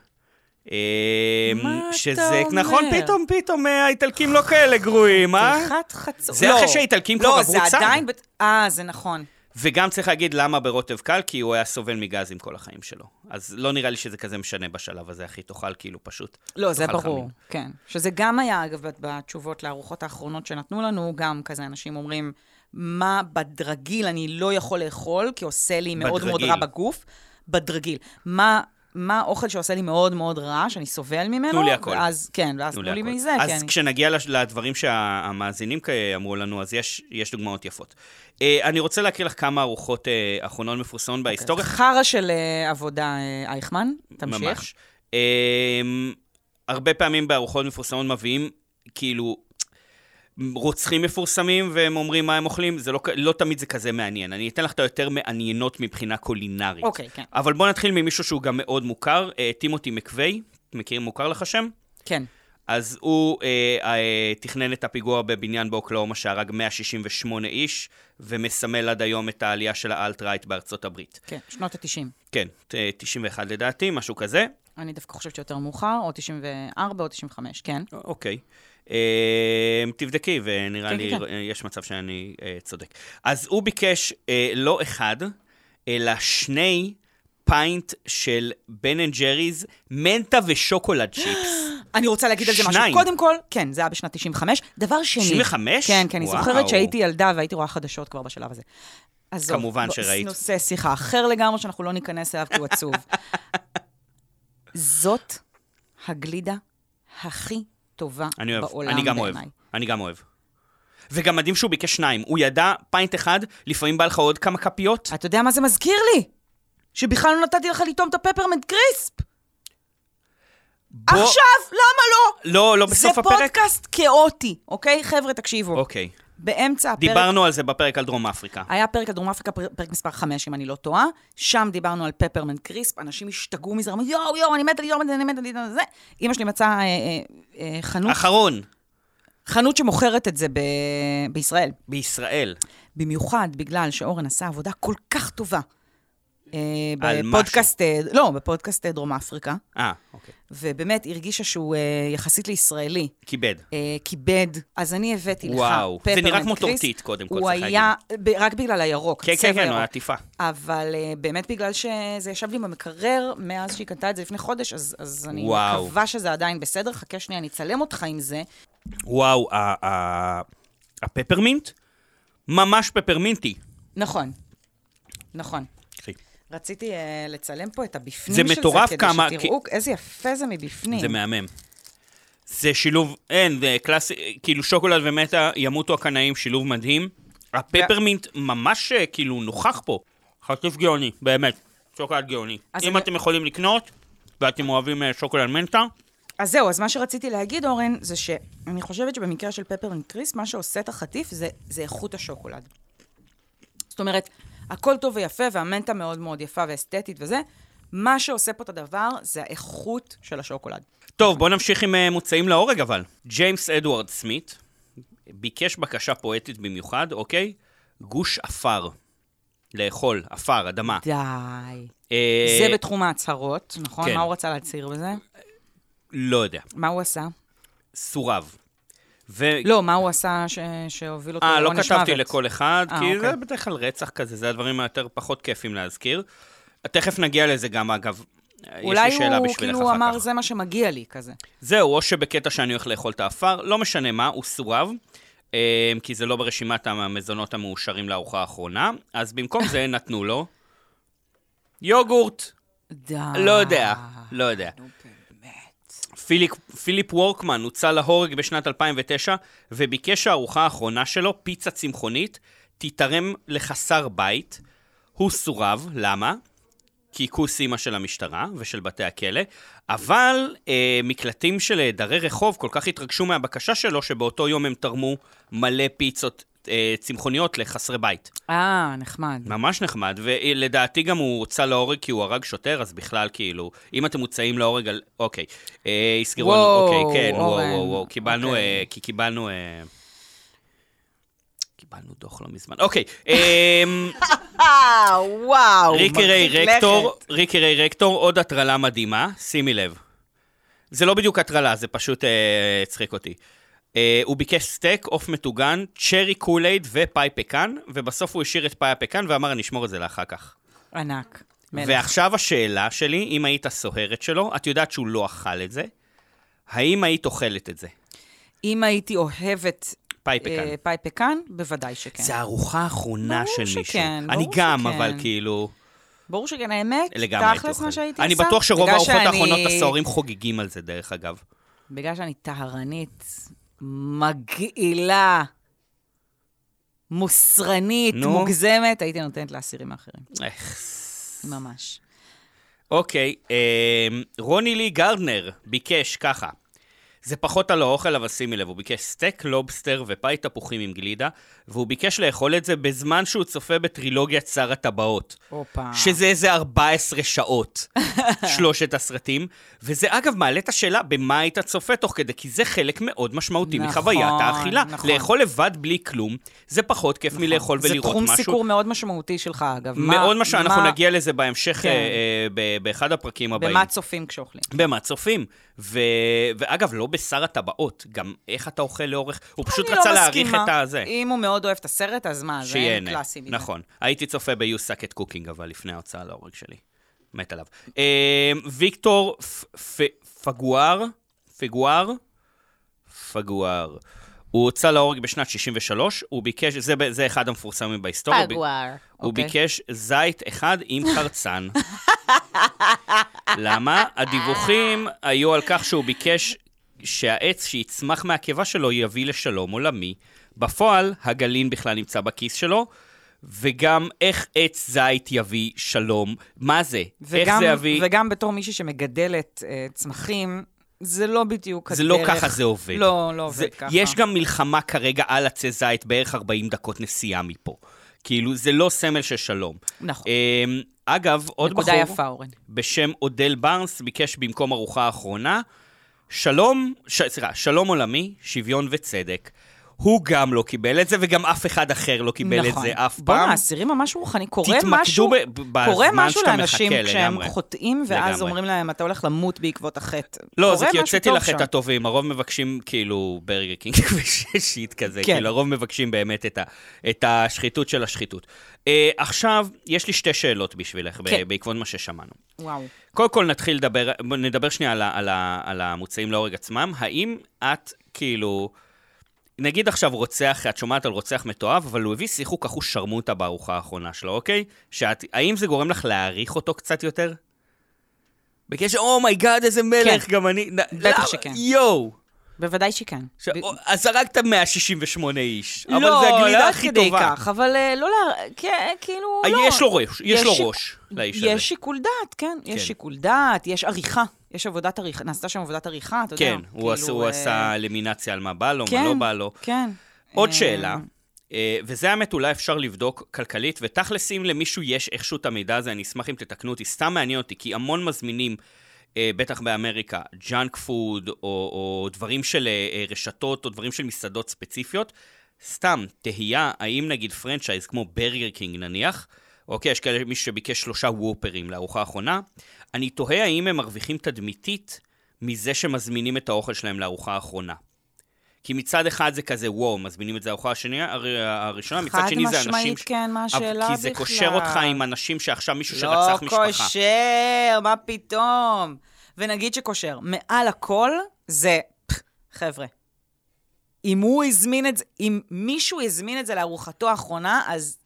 B: אה,
C: מה אתה
B: שזה,
C: אומר?
B: נכון, פתאום, פתאום אה, האיטלקים לא כאלה גרועים, אה?
C: פתיחת חצור.
B: זה
C: לא.
B: אחרי שהאיטלקים כבר עברו
C: לא,
B: צד.
C: זה עדיין... בת- אה, זה נכון.
B: וגם צריך להגיד למה ברוטב קל, כי הוא היה סובל מגזים כל החיים שלו. אז לא נראה לי שזה כזה משנה בשלב הזה, אחי, תאכל כאילו פשוט.
C: לא, זה
B: תאכל
C: ברור,
B: חמים.
C: כן. שזה גם היה, אגב, בתשובות לארוחות האחרונות שנתנו לנו, גם כזה אנשים אומרים, מה בדרגיל אני לא יכול לאכול, כי עושה לי מאוד מאוד
B: בדרגיל.
C: רע בגוף. בדרגיל. מה... מה האוכל שעושה לי מאוד מאוד רע, שאני סובל ממנו?
B: תנו לי הכל.
C: ואז, כן, ואז תנו לי
B: הכל.
C: מזה,
B: אז
C: כן.
B: כשנגיע לש- לדברים שהמאזינים אמרו לנו, אז יש, יש דוגמאות יפות. אה, אני רוצה להקריא לך כמה ארוחות אה, אחרונות מפורסמות בהיסטוריה.
C: חרא של אה, עבודה, אה, אייכמן, תמשיך.
B: ממש. אה, הרבה פעמים בארוחות מפורסמות מביאים, כאילו... רוצחים מפורסמים, והם אומרים מה הם אוכלים, זה לא, כ- לא תמיד זה כזה מעניין. אני אתן לך את היותר מעניינות מבחינה קולינרית.
C: אוקיי, כן.
B: אבל בוא נתחיל ממישהו שהוא גם מאוד מוכר, אה, טימותי מקווי, מכירים מוכר לך שם?
C: כן.
B: אז הוא אה, אה, תכנן את הפיגוע בבניין באוקלאומה שהרג 168 איש, ומסמל עד היום את העלייה של האלט-רייט בארצות הברית.
C: כן, שנות ה-90.
B: כן, אה, 91 לדעתי, משהו כזה.
C: אני דווקא חושבת שיותר מאוחר, או 94 או 95, כן.
B: א- אוקיי. אה, תבדקי, ונראה
C: כן,
B: לי,
C: כן, כן.
B: אה, יש מצב שאני אה, צודק. אז הוא ביקש אה, לא אחד, אלא שני פיינט של בן אנד ג'ריז, מנטה ושוקולד צ'יפס.
C: אני רוצה להגיד על זה משהו.
B: שניים.
C: קודם כל, כן, זה היה בשנת 95. דבר שני...
B: 95?
C: כן, כן, אני
B: וואו.
C: זוכרת שהייתי ילדה והייתי רואה חדשות כבר בשלב הזה. אז זהו,
B: כמובן
C: בוא,
B: שראית.
C: זה נושא שיחה אחר לגמרי, שאנחנו לא ניכנס אליו כי הוא עצוב. זאת הגלידה הכי טובה
B: אני אוהב,
C: בעולם
B: אני גם אוהב,
C: בעיניי.
B: אני גם אוהב. וגם מדהים שהוא ביקש שניים, הוא ידע פיינט אחד, לפעמים בא לך עוד כמה כפיות.
C: אתה יודע מה זה מזכיר לי? שבכלל לא נתתי לך לטעום את הפפרמנט קריספ.
B: בוא-
C: עכשיו, למה לא?
B: לא, לא
C: זה
B: בסוף הפרק.
C: פודקאסט כאוטי, אוקיי? חבר'ה, תקשיבו.
B: אוקיי,
C: באמצע הפרק...
B: דיברנו על זה בפרק על דרום אפריקה.
C: היה פרק על דרום אפריקה, פר- פרק מספר 5, אם אני לא טועה. שם דיברנו על פפרמן קריספ, אנשים השתגעו מזה, אמרו, יואו, יואו, אני מתה לי, יואו, אני מתה לי, זה. אימא שלי מצאה אה, אה, אה, חנות,
B: אחרון,
C: חנות שמוכרת את זה ב- בישראל.
B: בישראל.
C: במיוחד בגלל שאורן עשה עבודה כל כך טובה. אה,
B: על
C: בפודקאסט, אה, לא, בפודקאסט אה, דרום אפריקה,
B: אה, אוקיי.
C: ובאמת הרגישה שהוא אה, יחסית לישראלי.
B: כיבד.
C: אה, כיבד, אז אני הבאתי לך
B: וואו, זה
C: פפרמנט
B: נראה כמו
C: קריספ.
B: טורטית, קודם כל,
C: הוא
B: צריך
C: היה, ב- רק בגלל הירוק,
B: כן,
C: הצבע
B: כן, כן,
C: הירוק.
B: הוא עטיפה.
C: אבל uh, באמת בגלל שזה ישב לי במקרר מאז שהיא קנתה את זה לפני חודש, אז, אז אני
B: וואו.
C: מקווה שזה עדיין בסדר. חכה שנייה, אני אצלם אותך עם זה.
B: וואו, ה- ה- הפפרמינט? ממש פפרמינטי.
C: נכון, נכון.
B: אחי,
C: רציתי uh, לצלם פה את הבפנים
B: זה
C: של זה,
B: מטורף
C: כדי
B: כמה-
C: שתראו איזה יפה זה מבפנים.
B: זה מהמם. זה שילוב, אין, זה קלאסי, כאילו שוקולד ומטה, ימותו הקנאים, שילוב מדהים. הפפרמינט ממש אה, כאילו נוכח פה. חטיף גאוני, באמת. שוקולד גאוני.
C: אז
B: אם
C: אני-
B: אתם יכולים לקנות, ואתם אוהבים אה, שוקולד מנטה,
C: אז זהו, אז מה שרציתי להגיד, אורן, זה שאני חושבת שבמקרה של פפרמן קריס, מה שעושה את החטיף זה, זה איכות השוקולד. זאת אומרת, הכל טוב ויפה, והמנטה מאוד מאוד יפה ואסתטית וזה, מה שעושה פה את הדבר זה האיכות של השוקולד.
B: טוב, בואו נמשיך עם אה, מוצאים להורג אבל. ג'יימס אדוארד סמית ביקש בקשה פואטית במיוחד, אוקיי? גוש עפר. לאכול, עפר, אדמה.
C: די.
B: אה,
C: זה בתחום ההצהרות, נכון?
B: כן.
C: מה הוא רצה להצהיר בזה?
B: לא יודע.
C: מה הוא עשה?
B: סורב. ו-
C: לא, מה הוא עשה ש... שהוביל אותו
B: אה,
C: לעונש
B: לא
C: מוות?
B: כתבתי לכל אחד,
C: אה,
B: כי
C: אוקיי.
B: זה בדרך כלל רצח כזה, זה הדברים היותר פחות כיפים להזכיר. תכף נגיע לזה גם, אגב. יש לי
C: אולי
B: שאלה
C: הוא
B: בשבילך
C: כאילו
B: אחר
C: אמר,
B: כך.
C: זה מה שמגיע לי, כזה.
B: זהו, או שבקטע שאני הולך לאכול את האפר, לא משנה מה, הוא סורב, אה, כי זה לא ברשימת המזונות המאושרים לארוחה האחרונה, אז במקום זה נתנו לו יוגורט,
C: די.
B: לא יודע, לא יודע. פיליפ, פיליפ וורקמן הוצא להורג בשנת 2009 וביקש שהארוחה האחרונה שלו, פיצה צמחונית, תיתרם לחסר בית. הוא סורב, למה? כיכוס אימא של המשטרה ושל בתי הכלא, אבל אה, מקלטים של דרי רחוב כל כך התרגשו מהבקשה שלו, שבאותו יום הם תרמו מלא פיצות אה, צמחוניות לחסרי בית.
C: אה, נחמד.
B: ממש נחמד, ולדעתי גם הוא הוצא להורג כי הוא הרג שוטר, אז בכלל, כאילו, אם אתם מוצאים להורג על... אוקיי, אה, יסגרו לנו,
C: וואו,
B: אוקיי, כן, וואו,
C: אורן,
B: וואו, וואו, קיבלנו,
C: אוקיי.
B: אה, כי קיבלנו... אה, קיבלנו דוח לא מזמן. אוקיי, אמ,
C: אה, וואו.
B: ריקי ריי
C: מרחיק
B: רקטור,
C: לכת.
B: ריקי ריי רקטור, עוד הטרלה מדהימה, שימי לב. זה לא בדיוק הטרלה, זה פשוט אה, הצחיק אותי. אה, הוא ביקש סטייק, עוף מטוגן, צ'רי קולייד ופאי פקן, ובסוף הוא השאיר את פאי הפקן ואמר, אני אשמור את זה לאחר כך.
C: ענק. מלך.
B: ועכשיו השאלה שלי, אם היית סוהרת שלו, את יודעת שהוא לא אכל את זה, האם היית אוכלת את זה?
C: אם הייתי אוהבת
B: פאי
C: אה,
B: פקן.
C: פאי פקן, בוודאי שכן.
B: זה הארוחה האחרונה
C: ברור
B: של מישהו.
C: שכן,
B: אני
C: ברור
B: גם,
C: שכן.
B: אבל כאילו...
C: ברור שכן, האמת,
B: לגמרי הייתי
C: תכלס
B: אוכל.
C: מה שהייתי
B: אני
C: עושה.
B: בטוח שרוב
C: בגלל
B: הארוחות
C: שאני-
B: האחרונות הסוהרים חוגגים על זה, דרך אגב.
C: בגלל שאני טהרנית, מגעילה, מוסרנית,
B: נו.
C: מוגזמת, הייתי נותנת לאסירים האחרים.
B: איך.
C: ממש.
B: אוקיי, אה, רוני לי גרדנר ביקש ככה. זה פחות על האוכל, אבל שימי לב, הוא ביקש סטייק, לובסטר ופאי תפוחים עם גלידה, והוא ביקש לאכול את זה בזמן שהוא צופה בטרילוגיית שר הטבעות.
C: הופה.
B: שזה איזה 14 שעות, שלושת הסרטים. וזה אגב מעלה את השאלה במה היית צופה תוך כדי, כי זה חלק מאוד משמעותי
C: נכון,
B: מחוויית האכילה.
C: נכון.
B: לאכול לבד בלי כלום, זה פחות כיף מלאכול
C: זה
B: ולראות
C: תחום
B: משהו.
C: סיקור מאוד משמעותי שלך, אגב. מה-
B: מאוד משהו, אנחנו
C: מה-
B: נגיע לזה בהמשך,
C: כן.
B: אה, אה, ב- באחד הפרקים הבאים.
C: במה צופים כשאוכלים.
B: במה צופים. ו... ואגב, לא בשר הטבעות, גם איך אתה אוכל לאורך... הוא פשוט
C: אני לא
B: רצה להעריך
C: מסכימה.
B: את הזה.
C: אם הוא מאוד אוהב את הסרט, אז מה, זה
B: שיהנה.
C: קלאסי מזה.
B: נכון. הייתי צופה ב-You Suck at Cooking, אבל לפני ההוצאה להורג שלי. מת עליו. אה, ויקטור פ- פ- פגואר, פגואר, פגואר. הוא הוצא להורג בשנת 63, הוא ביקש, זה, ב- זה אחד המפורסמים בהיסטוריה. לא, הוא ב-
C: פגואר.
B: הוא
C: אוקיי.
B: ביקש זית אחד עם חרצן. למה? הדיווחים היו על כך שהוא ביקש שהעץ שיצמח מהקיבה שלו יביא לשלום עולמי. בפועל, הגרעין בכלל נמצא בכיס שלו, וגם איך עץ זית יביא שלום. מה זה? איך
C: וגם,
B: זה יביא...
C: וגם בתור מישהי שמגדלת אה, צמחים, זה לא בדיוק
B: זה
C: הדרך.
B: לא ככה זה עובד.
C: לא, לא עובד
B: זה-
C: ככה.
B: יש גם מלחמה כרגע על עצי זית בערך 40 דקות נסיעה מפה. כאילו, זה לא סמל של שלום.
C: נכון.
B: אמ, אגב, עוד בחור...
C: נקודה יפה, אורן.
B: בשם אודל בארנס ביקש במקום ארוחה אחרונה, שלום, ש... סליחה, שלום עולמי, שוויון וצדק. הוא גם לא קיבל את זה, וגם אף אחד אחר לא קיבל את זה אף פעם.
C: נכון. בואנה, אסירים ממש רוחני. קורה
B: תתמקדו
C: משהו,
B: ב- ב-
C: קורה
B: בזמן
C: משהו
B: שאתה
C: לאנשים
B: מחכה,
C: כשהם
B: לגמרי.
C: חוטאים, ואז
B: לגמרי.
C: אומרים להם, אתה הולך למות בעקבות החטא.
B: לא,
C: קורה
B: זה כי
C: משהו
B: הוצאתי
C: טוב
B: לך את
C: שם.
B: הטובים, הרוב מבקשים כאילו ברגר קינג ושיט כזה,
C: כן.
B: כאילו הרוב מבקשים באמת את, ה, את השחיתות של השחיתות. אה, עכשיו, יש לי שתי שאלות בשבילך, ב-
C: כן.
B: בעקבות מה ששמענו.
C: וואו.
B: קודם כל נתחיל לדבר, בוא נדבר שנייה על, ה- על, ה- על המוצאים להורג עצמם. האם את, כאילו, נגיד עכשיו רוצח, את שומעת על רוצח מתועב, אבל הוא הביא שיחוק אחוש שרמוטה בארוחה האחרונה שלו, אוקיי? שאת, האם זה גורם לך להעריך אותו קצת יותר? בקשר, אומייגאד, איזה מלך,
C: כן.
B: גם אני... בטח
C: בטח שכן.
B: יואו!
C: בוודאי שכן.
B: ש...
C: ב-
B: ב... אז הרגת 168 איש, אבל
C: לא,
B: זה הגלידה
C: לא
B: הכי
C: כדי
B: טובה.
C: כך, אבל אה, לא, לה- כן, כאילו,
B: אה,
C: לא.
B: יש לו ראש, יש לו
C: שיק-
B: ראש לאיש הזה.
C: יש שיקול דעת, כן. יש
B: כן.
C: שיקול דעת, יש עריכה. יש עבודת עריכה, נעשתה שם עבודת עריכה, אתה יודע.
B: כן, הוא, עשה,
C: כאילו,
B: הוא
C: אה,
B: עשה אלימינציה על מה בא לו,
C: כן,
B: מה לא בא לו.
C: כן.
B: עוד
C: אה,
B: שאלה, אה, וזה האמת אולי אפשר לבדוק כלכלית, ותכלס אם למישהו יש איכשהו את המידע הזה, אני אשמח אם תתקנו אותי, סתם מעניין אותי, כי המון מזמינים, אה, בטח באמריקה, ג'אנק פוד, או, או דברים של אה, אה, רשתות, או דברים של מסעדות ספציפיות, סתם תהייה, האם נגיד פרנצ'ייז כמו ברגר קינג נניח, אוקיי, יש כאלה מישהו שביקש שלושה וופרים לארוחה האחרונה, אני תוהה האם הם מרוויחים תדמיתית מזה שמזמינים את האוכל שלהם לארוחה האחרונה. כי מצד אחד זה כזה, וואו, מזמינים את זה לארוחה השנייה, הר- הראשונה, מצד
C: חד
B: שני זה אנשים...
C: משמעית,
B: ש-
C: כן, מה
B: אבל-
C: השאלה
B: כי זה קושר
C: בכלל?
B: אותך עם אנשים שעכשיו מישהו
C: לא
B: שרצח משפחה.
C: קושר, מה פתאום? ונגיד שקושר. מעל הכל זה, פח, חבר'ה, אם הוא הזמין את זה, אם מישהו הזמין את זה לארוחתו האחרונה, אז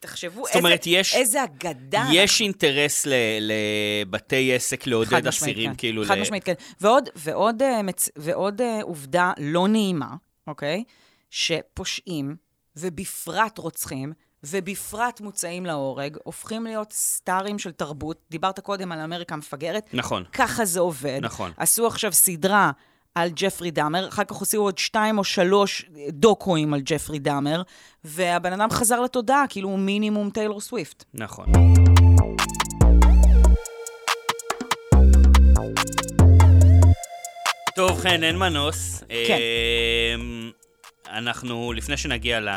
C: תחשבו איזה,
B: אומרת, יש-
C: איזה אגדה.
B: יש אינטרס ל- לבתי עסק לעודד
C: חד משמעית,
B: אסירים,
C: כן.
B: כאילו...
C: חד
B: ל-
C: משמעית, כן. ועוד, ועוד, אה, מצ... ועוד אה, עובדה לא נעימה, אוקיי? שפושעים, ובפרט רוצחים, ובפרט מוצאים להורג, הופכים להיות סטארים של תרבות. דיברת קודם על אמריקה מפגרת,
B: נכון.
C: ככה זה עובד.
B: נכון.
C: עשו עכשיו סדרה על ג'פרי דאמר, אחר כך הוציאו עוד שתיים או שלוש אה, דוקואים על ג'פרי דאמר, והבן אדם חזר לתודעה, כאילו הוא מינימום טיילור סוויפט.
B: נכון. טוב, חן, אין מנוס.
C: כן.
B: אמ, אנחנו, לפני שנגיע ל-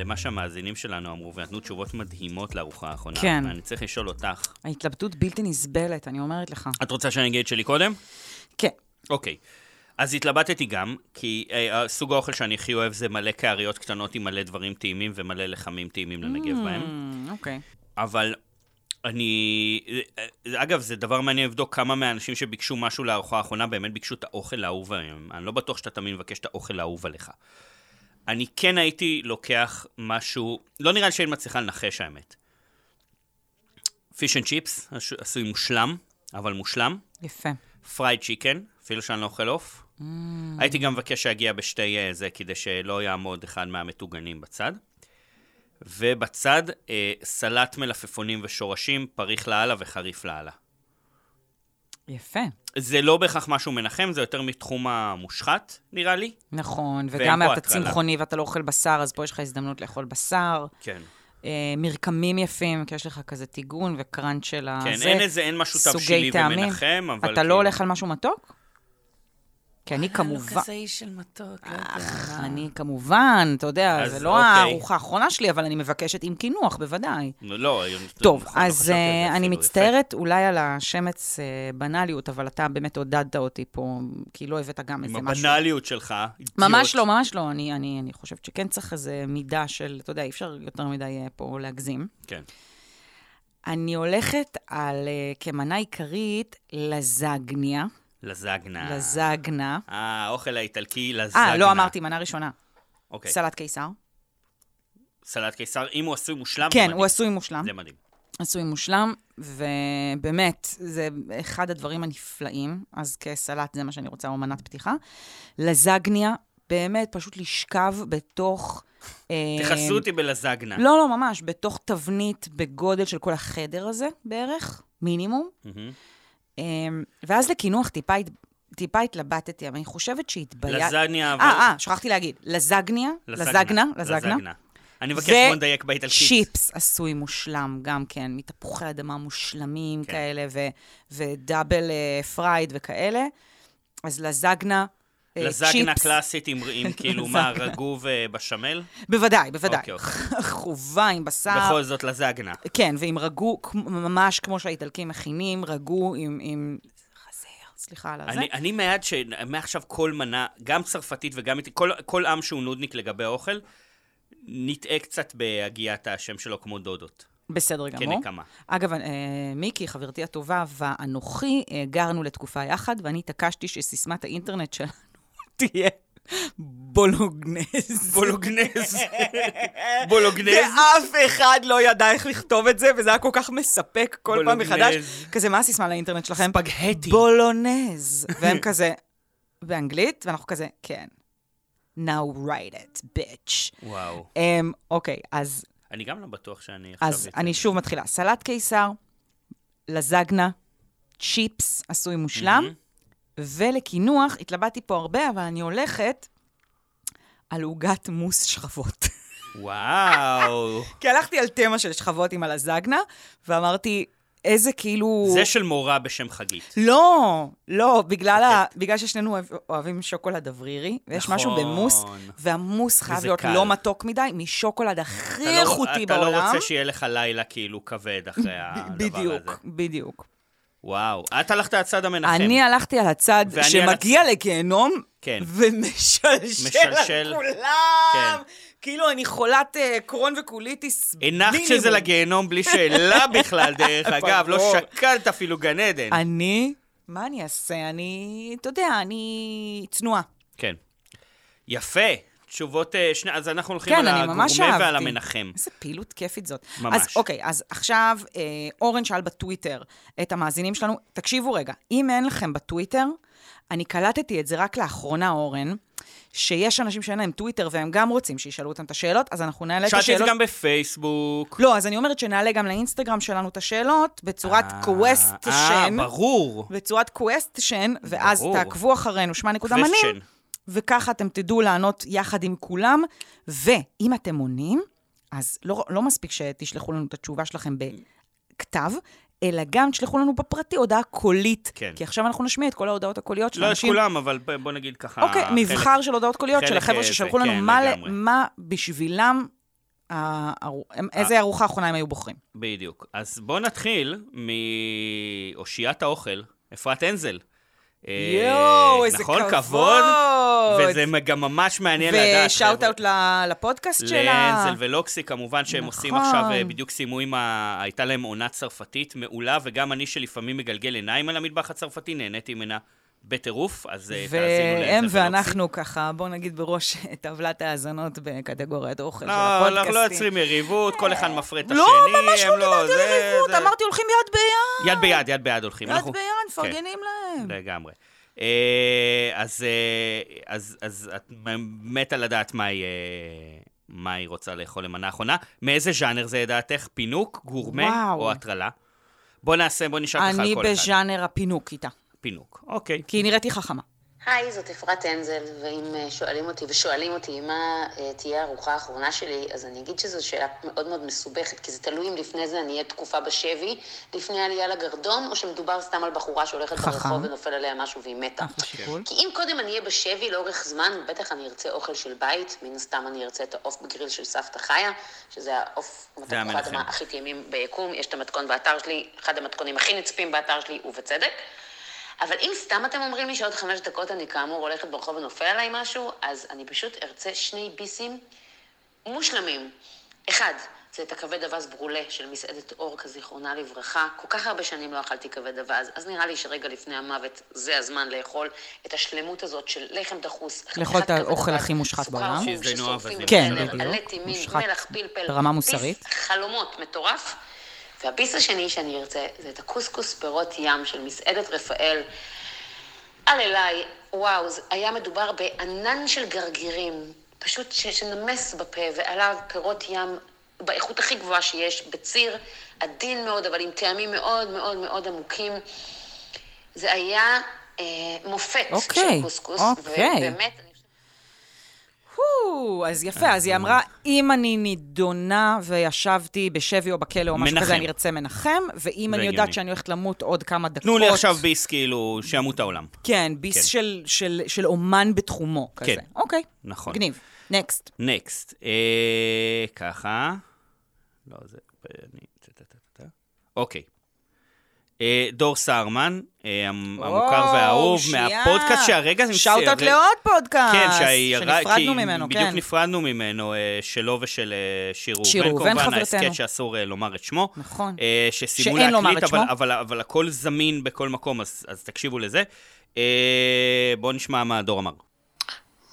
B: למה שהמאזינים שלנו אמרו, ונתנו תשובות מדהימות לארוחה האחרונה,
C: כן.
B: אני צריך לשאול אותך.
C: ההתלבטות בלתי נסבלת, אני אומרת לך.
B: את רוצה שאני אגיד את שלי קודם?
C: כן.
B: אוקיי. אז התלבטתי גם, כי אה, סוג האוכל שאני הכי אוהב זה מלא קעריות קטנות עם מלא דברים טעימים ומלא לחמים טעימים לנגב בהם.
C: Mm, אוקיי.
B: אבל אני... אה, אגב, זה דבר מעניין לבדוק כמה מהאנשים שביקשו משהו לארוחה האחרונה באמת ביקשו את האוכל האהוב עליהם. אני לא בטוח שאתה תמיד מבקש את האוכל האהוב עליך. אני כן הייתי לוקח משהו... לא נראה לי שהיית מצליחה לנחש, האמת. פיש אנד צ'יפס, עשוי מושלם, אבל מושלם.
C: יפה.
B: פרייד צ'יקן, אפילו שאני לא אוכל עוף.
C: Mm.
B: הייתי גם מבקש שיגיע בשתי אה, זה, כדי שלא יעמוד אחד מהמטוגנים בצד. ובצד, אה, סלט מלפפונים ושורשים, פריך לאללה וחריף לאללה.
C: יפה.
B: זה לא בהכרח משהו מנחם, זה יותר מתחום המושחת, נראה לי.
C: נכון,
B: ואין
C: וגם
B: פה
C: אתה
B: הטרלה.
C: צמחוני ואתה לא אוכל בשר, אז פה יש לך הזדמנות לאכול בשר.
B: כן.
C: אה, מרקמים יפים, כי יש לך כזה טיגון וקראנץ' של הזה.
B: כן, אין איזה, אין משהו
C: אה, סוגי
B: תבשילי
C: טעמים.
B: ומנחם, אבל...
C: אתה
B: כאילו-
C: לא הולך על משהו מתוק? כי אני כמובן...
B: אה, לא, איש של מתוק. לא
C: אך, אני כמובן, אתה יודע,
B: אז
C: זה לא
B: אוקיי.
C: הארוחה האחרונה שלי, אבל אני מבקשת עם קינוח, בוודאי.
B: לא,
C: טוב,
B: נכון, לא
C: אז
B: חשבתי על
C: אה,
B: זה
C: אני
B: אפילו, יפה.
C: מצטערת אולי על השמץ אה, בנאליות, אבל אתה באמת עודדת אותי פה, כי לא הבאת גם איזה
B: עם
C: משהו.
B: הבנאליות שלך, אידיוט.
C: ממש לא, ממש לא. אני, אני, אני חושבת שכן צריך איזו מידה של, אתה יודע, אי אפשר יותר מדי אה, פה להגזים.
B: כן.
C: אני הולכת על, אה, כמנה עיקרית, לזגניה.
B: לזגנה.
C: לזגנה.
B: אה, האוכל האיטלקי, לזגנה.
C: אה, לא אמרתי, מנה ראשונה.
B: אוקיי.
C: סלט קיסר.
B: סלט קיסר, אם הוא עשוי מושלם, זה
C: כן,
B: מדהים.
C: הוא עשוי מושלם.
B: זה מדהים.
C: עשוי מושלם, ובאמת, זה אחד הדברים הנפלאים, אז כסלט זה מה שאני רוצה, או מנת פתיחה. לזגניה, באמת, פשוט לשכב בתוך... אה,
B: תכסו אותי בלזגנה.
C: לא, לא, ממש, בתוך תבנית בגודל של כל החדר הזה בערך, מינימום.
B: מהמם. Mm-hmm.
C: אה, ואז לקינוח טיפה, הת- טיפה התלבטתי, אבל אני חושבת שהתביישתי.
B: לזגניה, אבל...
C: אה, אה, שכחתי להגיד, לזגניה, לזגנה, לזגנה.
B: אני מבקש
C: ו-
B: בוא נדייק באיטלקית.
C: צ'יפס עשוי מושלם גם כן, מתפוחי אדמה מושלמים
B: כן.
C: כן. כאלה, ו- ודאבל אה, פרייד וכאלה. אז לזגנה, אה,
B: לזגנה
C: צ'יפס.
B: קלאסית עם- עם כאילו מה, רגוב אה, בשמל?
C: בוודאי, בוודאי.
B: אוקיי,
C: חובה עם בשר.
B: בכל זאת לזגנה.
C: כן, ועם רגו, כמו- ממש כמו שהאיטלקים מכינים, רגו עם... עם... חזיר, סליחה על הזה.
B: אני, אני מיד ש... מעכשיו כל מנה, גם צרפתית וגם... איטי- כל, כל עם שהוא נודניק לגבי האוכל, נטעה קצת בהגיית השם שלו כמו דודות. כן,
C: בסדר גמור.
B: כנקמה.
C: אגב, אה, מיקי, חברתי הטובה ואנוכי, אה, גרנו לתקופה יחד, ואני התעקשתי שסיסמת האינטרנט שלנו תהיה בולוגנז.
B: בולוגנז. בולוגנז.
C: ואף אחד לא ידע איך לכתוב את זה, וזה היה כל כך מספק כל פעם
B: בולוגנז.
C: מחדש. כזה, מה הסיסמה לאינטרנט שלכם?
B: ספגהטי.
C: בולונז. והם כזה, באנגלית, ואנחנו כזה, כן. Now write it, bitch.
B: וואו.
C: אמ, אוקיי, אז
B: אני גם לא בטוח שאני עכשיו...
C: אז
B: אצא.
C: אני שוב מתחילה. סלט קיסר, לזגנה, צ'יפס עשוי מושלם, ולקינוח, התלבטתי פה הרבה, אבל אני הולכת על עוגת מוס שכבות.
B: וואו.
C: כי הלכתי על תמה של שכבות עם הלזגנה, ואמרתי, איזה כאילו...
B: זה של מורה בשם חגית.
C: לא, לא, בגלל, ה... בגלל ששנינו אוהב, אוהבים שוקולד אוורירי, ויש
B: אוקיי. נכון.
C: משהו במוס, והמוס חייב
B: וזה
C: להיות
B: קל.
C: לא מתוק מדי, משוקולד הכי
B: אתה לא-
C: איכותי
B: אתה
C: בעולם.
B: לא רוצה שיהיה לך לילה כאילו כבד אחרי הדבר הזה.
C: בדיוק, בדיוק.
B: וואו. את הלכת הצד המנחם.
C: אני הלכתי על הצד
B: ואני
C: שמגיע לגיהנום,
B: כן.
C: ומשלשל
B: משלשל.
C: על כולם.
B: כן.
C: כאילו, אני חולת אה, קרון וקוליטיס
B: הנחת
C: מינימום.
B: שזה לגיהנום בלי שאלה בכלל, דרך אגב, לא
C: ברור.
B: שקלת אפילו גן עדן.
C: אני, מה אני אעשה? אני, אתה יודע, אני צנועה.
B: כן. יפה. תשובות אה, שני... אז אנחנו הולכים
C: כן,
B: על
C: אני ממש
B: הגורמה
C: אהבתי.
B: ועל המנחם.
C: איזה פעילות כיפית זאת.
B: ממש.
C: אז אוקיי, אז עכשיו אה, אורן שאל בטוויטר את המאזינים שלנו, תקשיבו רגע, אם אין לכם בטוויטר, אני קלטתי את זה רק לאחרונה, אורן, שיש אנשים שאין להם טוויטר והם גם רוצים שישאלו אותם את השאלות, אז אנחנו נעלה את
B: שאלתי את זה
C: השאלות.
B: גם בפייסבוק.
C: לא, אז אני אומרת שנעלה גם לאינסטגרם שלנו את השאלות בצורת
B: אה, אה,
C: קווסטשן.
B: ברור.
C: בצורת קווסטשן, ואז
B: ברור.
C: תעקבו אחרינו, שמע נקודה מנים,
B: קווסטשן.
C: וככה אתם תדעו לענות יחד עם כולם. ואם אתם עונים, אז לא, לא מספיק שתשלחו לנו את התשובה שלכם בכתב, אלא גם תשלחו לנו בפרטי הודעה קולית.
B: כן.
C: כי עכשיו אנחנו נשמיע את כל ההודעות הקוליות של
B: לא את
C: אנשים.
B: כולם, אבל ב- בוא נגיד ככה...
C: אוקיי,
B: חלק-
C: מבחר של הודעות קוליות של
B: חלק,
C: החבר'ה
B: אה,
C: ששלחו
B: זה,
C: לנו,
B: כן,
C: מה, ל-
B: לגמרי.
C: מה בשבילם, אה, הארו- הם-
B: אה.
C: איזה ארוחה אחרונה הם היו בוחרים.
B: בדיוק. אז בוא נתחיל מאושיית האוכל, אפרת הנזל. אה,
C: יואו, איזה
B: נכון,
C: כבוד.
B: וזה גם ממש מעניין לדעת.
C: ושאוט
B: חבר'ה.
C: אאוט ל- לפודקאסט שלה.
B: להנזל ולוקסי, כמובן שהם עושים
C: נכון.
B: עכשיו, אה, בדיוק סיימו עם ה... הייתה להם עונה צרפתית מעולה, וגם אני שלפעמים מגלגל עיניים על המטבח הצרפתי, נהניתי ממנה בטירוף, אז אה, תאזינו להנזל
C: והם
B: ולוקסי.
C: ואנחנו ככה, בואו נגיד בראש טבלת ההאזנות בקטגוריית אוכל של
B: לא, אנחנו
C: הפודקאסטים.
B: לא יוצרים יריבות, כל אחד מפרה את השני.
C: לא, ממש
B: הם
C: לא דיברתי על
B: זה-
C: יריבות,
B: זה-
C: אמרתי הולכים יד ביד.
B: יד ביד, יד ביד הולכים.
C: יד
B: אנחנו-
C: ביד, מפרגנים להם.
B: כן, לגמרי. אה, אז אה, אז- אז את מתה לדעת מה היא, אה, מה היא רוצה לאכול למנה האחרונה. מאיזה ז'אנר זה לדעתך? פינוק, גורמה
C: וואו.
B: או הטרלה? בוא נעשה, בוא נשאל ככה
C: אני
B: על כל אחד.
C: בז'אנר הפינוק איתה,
B: פינוק, אוקיי.
C: כי היא נראית לי חכמה.
D: היי, זאת אפרת הנזל, ואם אה, שואלים אותי ושואלים אותי מה אה, תהיה הארוחה האחרונה שלי, אז אני אגיד שזו שאלה מאוד מאוד מסובכת, כי זה תלוי אם לפני זה אני אהיה תקופה בשבי, לפני העלייה לגרדום, או שמדובר סתם על בחורה שהולכת
C: חכם.
D: ברחוב ונופל עליה משהו והיא מתה.
C: אחלה שיקול.
D: כי אם קודם אני אהיה בשבי לאורך זמן, בטח אני ארצה אוכל של בית, מן הסתם אני ארצה את העוף בגריל של סבתא חיה, שזה העוף מתכון
B: המנחם.
D: האדמה הכי טעימים ביקום, יש את המתכון באתר שלי, אחד המתכונים הכי נצפים באתר שלי, ובצדק. אבל אם סתם אתם אומרים לי שעוד חמש דקות אני כאמור הולכת ברחוב ונופל עליי משהו, אז אני פשוט ארצה שני ביסים מושלמים. אחד, זה את הכבד אווז ברולה של מסעדת אורקה, זיכרונה לברכה. כל כך הרבה שנים לא אכלתי כבד אווז, אז נראה לי שרגע לפני המוות זה הזמן לאכול את השלמות הזאת של לחם דחוס.
C: לאכול את
D: חתיכת כבד
C: האוכל
D: אווז,
C: הכי מושחת
D: סוכר
C: בעולם.
D: חום
B: שזה נוער
D: ששורפים,
B: וזה
C: כן,
D: בסלר,
C: בדיוק.
D: עלה תימין,
C: מושחת
D: מלח, פלפל,
C: ברמה
D: ביס
C: מוסרית.
D: חלומות, מטורף. והביס השני שאני ארצה זה את הקוסקוס פירות ים של מסעדת רפאל. על אליי, וואו, זה היה מדובר בענן של גרגירים, פשוט ש- שנמס בפה, ועליו פירות ים באיכות הכי גבוהה שיש, בציר עדין מאוד, אבל עם טעמים מאוד מאוד מאוד עמוקים. זה היה אה, מופת
C: אוקיי,
D: של קוסקוס,
C: אוקיי.
D: ובאמת, אני חושבת
C: הו, אז יפה, אז
B: אה,
C: היא אמרה, אם אני נידונה וישבתי בשבי או בכלא או משהו
B: מנחם.
C: כזה, אני ארצה מנחם, ואם אני
B: והגיוני.
C: יודעת שאני הולכת למות עוד כמה דקות...
B: תנו לי עכשיו ביס, כאילו, שימות העולם.
C: כן, ביס
B: כן.
C: של, של, של אומן בתחומו,
B: כן.
C: כזה. אוקיי.
B: נכון.
C: מגניב. נקסט.
B: נקסט. אה, ככה. לא, זה... אני... טה, טה, טה, טה. אוקיי. אה, דור סהרמן, אה, המ- המוכר והאהוב, מהפודקאסט שהרגע... זה-
C: שאוטות
B: זה-
C: לעוד פודקאסט.
B: כן, שהיא- כי
C: שנפרדנו ממנו,
B: בדיוק
C: כן.
B: נפרדנו ממנו, אה, שלו ושל אה, שיר ראובן.
C: שיר ראובן,
B: כמובן,
C: חברתנו.
B: ההסכת שאסור אה, לומר את שמו.
C: נכון.
B: אה, שסיימו
C: שאין לומר
B: להקליט,
C: את
B: אבל,
C: שמו.
B: אבל, אבל הכל זמין בכל מקום, אז, אז תקשיבו לזה. אה, בואו נשמע מה דור אמר.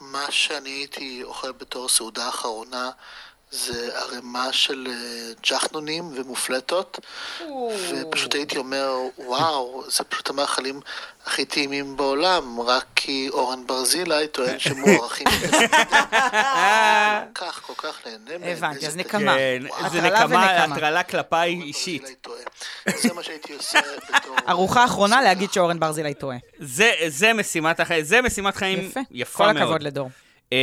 E: מה שאני הייתי אוכל בתור סעודה אחרונה זה ערימה של אה, ג'חנונים ומופלטות, ופשוט הייתי אומר, וואו, זה פשוט המאכלים הכי טעימים בעולם, רק כי אורן ברזילי טוען שמוערכים. כל כך, כל כך נהנה מהם.
C: הבנתי,
E: איזה
C: אז
E: טעים.
C: נקמה.
B: כן,
E: וואו,
B: זה
C: הטרלה
B: נקמה,
C: ונקמה.
B: הטרלה כלפיי
E: אורן
B: אישית.
E: ברזילי טועה. זה מה שהייתי עושה בתור...
C: ארוחה אחרונה
E: סעודה
C: להגיד שאורן ברזילי טועה.
B: זה, זה משימת החיים, זה משימת חיים
C: יפה.
B: יפה
C: כל
B: מאוד.
C: הכבוד לדור.
B: אה,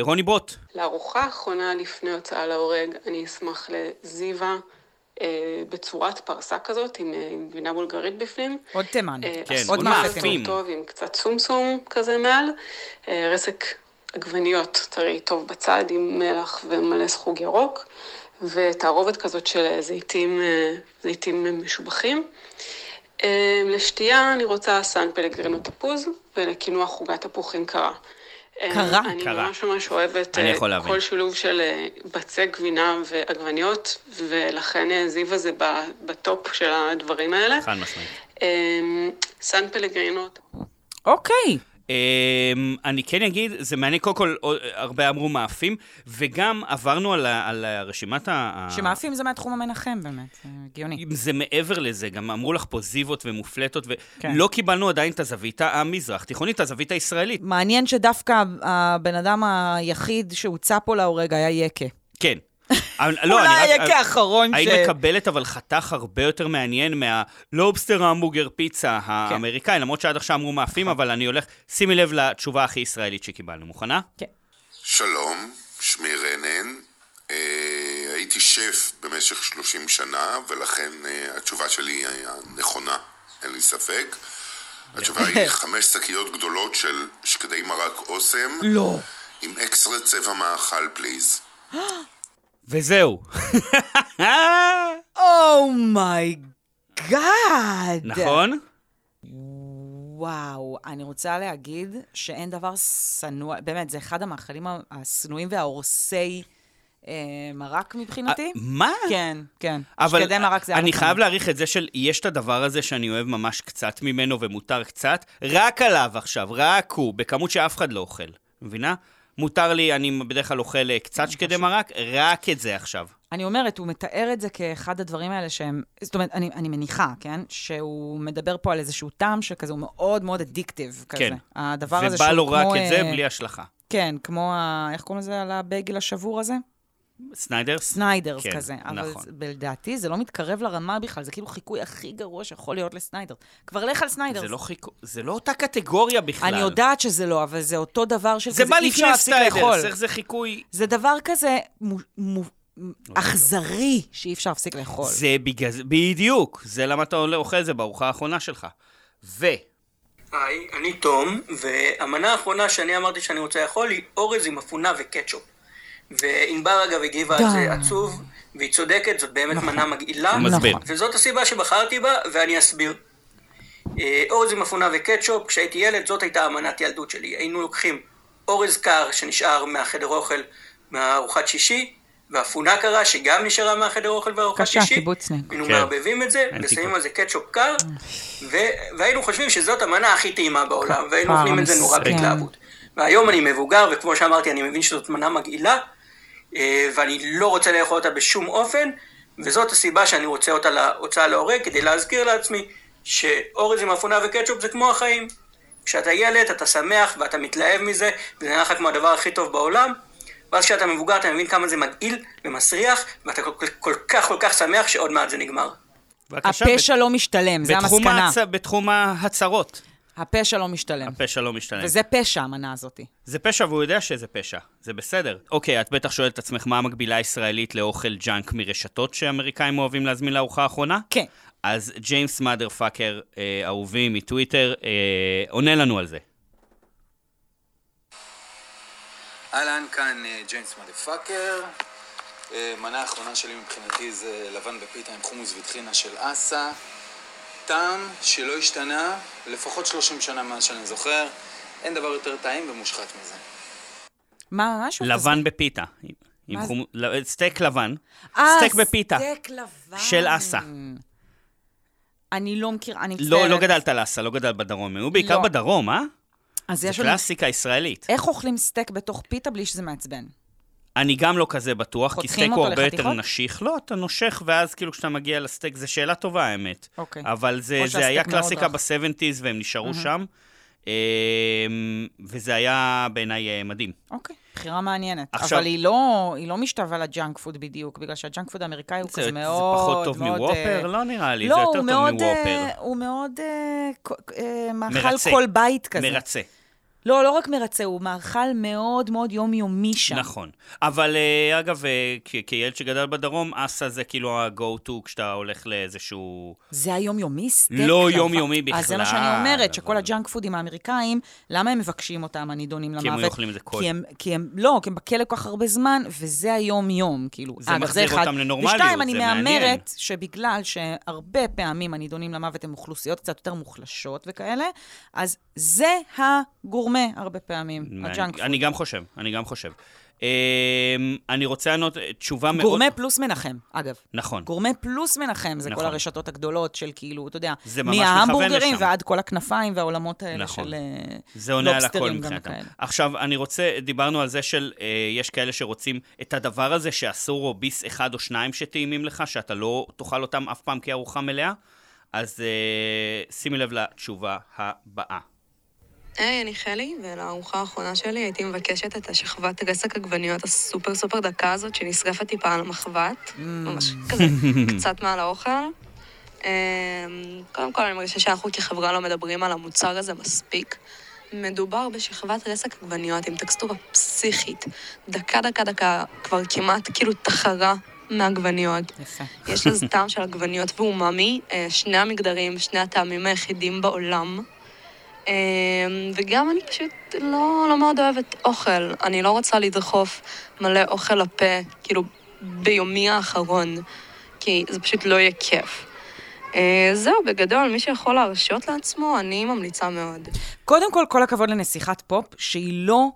B: רוני ברוט,
F: לארוחה האחרונה לפני הוצאה להורג, אני אשמח לזיווה אה, בצורת פרסה כזאת, עם, אה, עם גבינה בולגרית בפנים.
C: עוד תימן.
F: אה,
B: כן,
F: עשו
C: עוד
F: משהו
B: מאפים.
F: טוב עם קצת סומסום כזה מעל. אה, רסק עגבניות טרי טוב בצד עם מלח ומלא סחוג ירוק. ותערובת כזאת של אה, זיתים, אה, זיתים משובחים. אה, לשתייה אני רוצה סן פלגרינו תפוז, ולקינוח עוגת תפוחים קרה. אה,
C: קרה?
F: אני
B: קרה.
F: ממש ממש אוהבת
B: אני
F: אה,
B: יכול להבין.
F: כל שילוב של אה, בצק, גבינה ועגבניות, ולכן אה, זיווה זה ב- בטופ של הדברים האלה.
B: חד משמעית.
F: אמ, סן פלגרינו,
B: אה.
C: אוקיי.
B: אמ, אני כן אגיד, זה מעניין, קודם כל, אה, הרבה אמרו מאפים, וגם עברנו על, ה- על הרשימת ה...
C: שמאפים זה מהתחום המנחם באמת, זה הגיוני.
B: אם זה מעבר לזה, גם אמרו לך פה זיוות ומופלטות,
C: כן.
B: ולא קיבלנו עדיין את הזווית המזרח תיכונית, הזווית הישראלית.
C: מעניין שדווקא הבן אדם היחיד שהוצא פה להורג היה יקה.
B: כן. אבל- לא,
C: אולי
B: אני רק-
C: היקה האחרון ש...
B: היית מקבלת אבל חתך הרבה יותר מעניין מהלובסטר ההמבורגר פיצה
C: כן.
B: האמריקאי, למרות שעד עכשיו אמרו מאפים,
C: נכון.
B: אבל אני הולך, שימי לב לתשובה הכי ישראלית שקיבלנו, מוכנה?
G: שלום, שמי רנן. אה, הייתי שף במשך 30 שנה, ולכן אה, התשובה שלי היא הנכונה, אין לי ספק. התשובה היא חמש שקיות גדולות של שקדי מרק אוסם. לא. עם אקסטרה צבע מאכל, פליז.
B: וזהו.
C: Oh אומייגאד.
B: נכון?
C: וואו, אני רוצה להגיד שאין דבר שנוא, באמת, זה אחד המאכלים ה- השנואים וההורסי אה, מרק מבחינתי.
B: אה, מה?
C: כן, כן.
B: אבל
C: שקדי מרק זה...
B: אני
C: אחלה.
B: חייב להעריך את זה של, יש את הדבר הזה שאני אוהב ממש קצת ממנו ומותר קצת, רק עליו עכשיו, רק הוא, בכמות שאף אחד לא אוכל, מבינה? מותר לי, אני בדרך כלל אוכל אה,
C: כן,
B: קצת שקדי מרק, רק את זה עכשיו.
C: אני אומרת, הוא מתאר את זה כאחד הדברים האלה שהם... זאת אומרת, אני, אני מניחה, כן? שהוא מדבר פה על איזשהו טעם שכזה, הוא מאוד מאוד אדיקטיב כזה.
B: כן.
C: הדבר הזה שהוא
B: ובא
C: כמו...
B: לו רק את זה
C: אה,
B: בלי השלכה.
C: כן, כמו ה... איך קוראים לזה? על הבייגל השבור הזה?
B: סניידרס?
C: סניידרס
B: כן,
C: כזה. אבל
B: נכון.
C: זה- לדעתי זה לא מתקרב לרמה בכלל, זה כאילו חיקוי הכי גרוע שיכול להיות לסניידרס. כבר לך על סניידרס.
B: זה לא חיכו... זה לא אותה קטגוריה בכלל.
C: אני יודעת שזה לא, אבל זה אותו דבר של
B: זה
C: כזה,
B: בא
C: אי אפשר
B: לפני
C: להפסיק לאכול.
B: סניידרס, איך זה חיקוי...
C: זה דבר כזה מו- מו- אכזרי, שאי אפשר להפסיק לאכול.
B: זה בגלל זה, בדיוק. זה למה אתה אוכל את זה בארוחה האחרונה שלך. ו...
H: היי, אני תום, והמנה האחרונה שאני אמרתי שאני רוצה לאכול היא אורז עם אפונה וקטשופ. וענבר אגב הגיבה על
C: די. נכון.
H: זה עצוב, והיא צודקת, זאת באמת מנה מגעילה.
B: הוא מסביר. נכון.
H: וזאת הסיבה שבחרתי בה, ואני אסביר. אה, אורז עם אפונה וקטשופ, כשהייתי ילד זאת הייתה אמנת ילדות שלי. היינו לוקחים אורז קר שנשאר מהחדר אוכל, מהארוחת שישי, ואפונה קרה שגם נשארה מהחדר אוכל והארוחת
C: בבקשה,
H: שישי.
C: קיבוצניק.
H: היינו
B: כן.
H: מערבבים את זה,
B: אין
H: ושמים
B: תיקון.
H: על זה קטשופ קר, ו- והיינו חושבים שזאת המנה הכי טעימה בעולם, והיינו
C: כפרה
H: אוכלים את זה נורא
C: מסכן.
H: בהתלהבות. והיום אני מבוגר, וכמו שאמרתי, אני מבין שזאת מנה מגעילה, אה, ואני לא רוצה לאכול אותה בשום אופן, וזאת הסיבה שאני רוצה אותה להוצאה להורג, כדי להזכיר לעצמי שאורז עם אפונה וקטשופ זה כמו החיים. כשאתה ילד, אתה שמח ואתה מתלהב מזה, וזה נראה לך כמו הדבר הכי טוב בעולם, ואז כשאתה מבוגר, אתה מבין כמה זה מגעיל ומסריח, ואתה כל, כל כך כל כך שמח שעוד מעט זה נגמר.
B: בבקשה,
C: הפשע לא משתלם,
B: בת-
C: זה
B: בתחום
C: המסקנה.
B: ההצ- בתחום ההצהרות.
C: הפשע לא משתלם.
B: הפשע לא משתנה.
C: וזה פשע, המנה הזאת.
B: זה פשע והוא יודע שזה פשע, זה בסדר. אוקיי, את בטח שואלת את עצמך מה המקבילה הישראלית לאוכל ג'אנק מרשתות שאמריקאים אוהבים להזמין לארוחה האחרונה?
C: כן.
B: אז ג'יימס מאדר פאקר, אה, אהובי מטוויטר, אה, עונה לנו על זה.
I: אהלן, כאן אה, ג'יימס מדפאקר. אה, מנה האחרונה שלי מבחינתי זה לבן בפיתה עם חומוס וטחינה של אסה. טעם שלא השתנה לפחות 30 שנה מאז שאני זוכר. אין דבר יותר טעים ומושחת מזה.
C: מה, משהו?
B: לבן בפיתה. עם- עם
C: מה
B: חומ... ל- סטייק לבן.
C: אה,
B: סטייק בפיתה.
C: סטייק לבן.
B: של אסה.
C: אני לא מכירה, אני מצטערת.
B: לא, לא גדלת על אסה, לא גדל בדרום. הוא בעיקר
C: לא.
B: בדרום, אה?
C: אז
B: זה
C: יש לנו...
B: קלאסיקה ישראלית.
C: איך אוכלים סטייק בתוך פיתה בלי שזה מעצבן?
B: אני גם לא כזה בטוח, כי
C: חותכים
B: סטייק הוא
C: אותו
B: הרבה יותר
C: לחתיכות?
B: נשיך. לא, אתה נושך, ואז כאילו כשאתה מגיע לסטייק, זו שאלה טובה האמת.
C: אוקיי.
B: אבל זה,
C: או
B: זה היה
C: שהסטייק מאוד
B: קלאסיקה
C: רך.
B: ב-70's והם נשארו שם, אמ, וזה היה בעיניי אה, מדהים.
C: אוקיי, בחירה מעניינת.
B: עכשיו-
C: אבל היא לא, היא לא משתווה לג'אנק פוד בדיוק, בגלל שהג'אנק פוד האמריקאי הוא
B: זה-
C: כזה
B: זה
C: מאוד מאוד...
B: פחות טוב מוואפר?
C: אה,
B: לא נראה לי,
C: לא,
B: זה יותר
C: הוא
B: טוב
C: מאוד,
B: מוואפר.
C: אה, הוא מאוד אה, כ- אה, מאכל
B: מרצה.
C: כל בית כזה.
B: מרצה,
C: לא, לא רק מרצה, הוא מאכל מאוד מאוד יומיומי שם.
B: נכון. אבל אה, אגב, אה, כ- כילד שגדל בדרום, אסה זה כאילו ה-go-to כשאתה הולך לאיזשהו...
C: זה היומיומי סטייק.
B: לא
C: אבל.
B: יומיומי
C: אז זה
B: בכלל,
C: מה שאני אומרת, שכל
B: אבל-
C: הג'אנק פודים האמריקאים, למה הם מבקשים אותם הנידונים למוות?
B: הם היו אוכלים את זה כל-
C: כי הם, כי הם, לא, כי הם בכלא כל כך הרבה זמן, וזה היום-יום, כאילו.
B: זה
C: אגב,
B: מחזיר
C: אחד.
B: אותם לנורמליות,
C: ושתיים,
B: זה
C: אני
B: מעניין.
C: מהמרת שבגלל שהרבה פעמים הנידונים למוות הם אוכלוסיות קצת יותר מוחלשות וכאלה, אז זה הגורמה הרבה פעמים, הג'אנק
B: אני-
C: פוד.
B: אני גם חושב, אני גם חושב. אמ, אני רוצה לענות אה, תשובה מאוד...
C: גורמה פלוס מנחם, אגב.
B: נכון.
C: גורמה פלוס מנחם, זה
B: נכון.
C: כל הרשתות הגדולות של כאילו, אתה יודע,
B: זה ממש מכוון
C: מההמבורגרים
B: לשם.
C: ועד כל הכנפיים והעולמות האלה
B: נכון.
C: של אה,
B: זה עונה על הכל
C: לובסטרים גם
B: מבחינתם.
C: כאלה.
B: עכשיו, אני רוצה, דיברנו על זה של, אה, יש כאלה שרוצים את הדבר הזה שאסור או ביס אחד או שניים שטעימים לך, שאתה לא תאכל אותם אף פעם כארוחה מלאה, אז אה, שימי לב לתשובה הבאה.
J: היי, אני חלי, ולארוחה האחרונה שלי הייתי מבקשת את השכבת רסק עגבניות הסופר סופר דקה הזאת שנשרפת טיפה על המחבת, ממש כזה קצת מעל האוכל. אמ, קודם כל, אני מרגישה שאנחנו כחברה לא מדברים על המוצר הזה מספיק. מדובר בשכבת רסק עגבניות עם טקסטורה פסיכית. דקה, דקה, דקה, כבר כמעט כאילו תחרה מעגבניות.
C: יפה.
J: יש לזה טעם של עגבניות ואומאמי, אה, שני המגדרים, שני הטעמים היחידים בעולם. אה, וגם אני פשוט לא, לא מאוד אוהבת אוכל. אני לא רוצה לדחוף מלא אוכל לפה, כאילו, ביומי האחרון, כי זה פשוט לא יהיה כיף. אה, זהו, בגדול, מי שיכול להרשות לעצמו, אני ממליצה מאוד.
C: קודם כל, כל הכבוד לנסיכת פופ, שהיא לא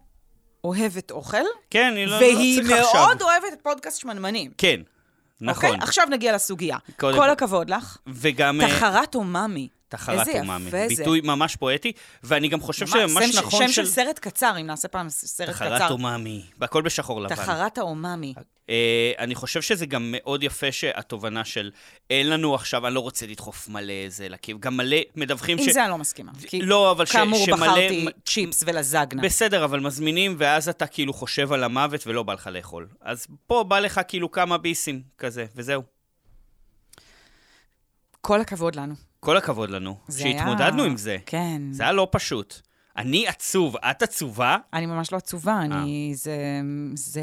C: אוהבת אוכל,
B: כן, אני לא, לא
C: והיא
B: צריכה עכשיו.
C: מאוד אוהבת את פודקאסט שמנמנים.
B: כן, נכון.
C: אוקיי? עכשיו נגיע לסוגיה.
B: קודם-
C: כל הכבוד לך.
B: וגם... אה,
C: תחרת אומאמי.
B: תחרת אומאמי.
C: איזה יפה זה.
B: ביטוי ממש פואטי, ואני גם חושב
C: מה,
B: שממש
C: שם-
B: נכון
C: שם של סרט קצר, אם נעשה פעם ס- סרט קצר.
B: תחרת אומאמי, והכל בשחור לבן.
C: תחרת האומאמי.
B: אה, אני חושב שזה גם מאוד יפה שהתובנה של אין לנו עכשיו, אני לא רוצה לדחוף מלא זה לכיוון, גם מלא מדווחים
C: עם
B: ש...
C: זה אני לא מסכימה. כי
B: לא, אבל ש-
C: כאמור,
B: שמלא-
C: בחרתי
B: מ-
C: צ'יפס ולזגנה.
B: בסדר, אבל מזמינים, ואז אתה כאילו חושב על המוות ולא בא לך לאכול. אז פה בא לך כאילו כמה ביסים כזה, וזהו.
C: כל הכבוד לנו.
B: כל הכבוד לנו,
C: זה
B: שהתמודדנו
C: היה-
B: עם זה.
C: כן.
B: זה היה לא פשוט. אני עצוב, את עצובה?
C: אני ממש לא
B: אה.
C: עצובה, אני... זה... זה...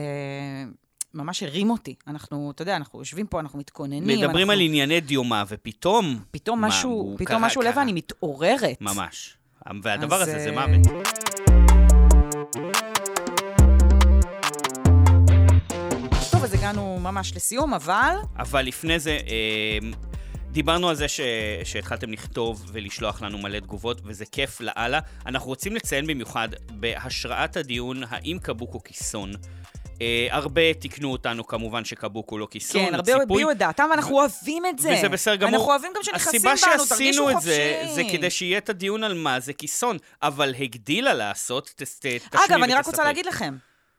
C: ממש הרים אותי. אנחנו, אתה יודע, אנחנו יושבים פה, אנחנו מתכוננים.
B: מדברים
C: אנחנו...
B: על ענייני דיומה, ופתאום...
C: פתאום
B: מה,
C: משהו,
B: הוא
C: פתאום
B: קרה-
C: משהו עולה
B: קרה.
C: ואני מתעוררת.
B: ממש. והדבר
C: אז,
B: הזה זה
C: אה,
B: מוות.
C: טוב, אז הגענו ממש לסיום, אבל...
B: אבל לפני זה, אה, דיברנו על זה ש... שהתחלתם לכתוב ולשלוח לנו מלא תגובות, וזה כיף לאללה. אנחנו רוצים לציין במיוחד, בהשראת הדיון, האם קבוק או כיסון. אה, הרבה תיקנו אותנו כמובן שקבוק הוא לא כיסון,
C: כן, הרבה
B: הציפוי-
C: הביעו את דעתם, ואנחנו אוהבים את זה.
B: וזה בסדר גמור.
C: אנחנו אוהבים גם שנכנסים בנו, תרגישו חופשי.
B: הסיבה שעשינו את זה, זה כדי שיהיה את הדיון על מה זה כיסון, אבל הגדילה לעשות, ת- ת- תשמיעי ותספרי.
C: אגב, אני רק רוצה להגיד לכם,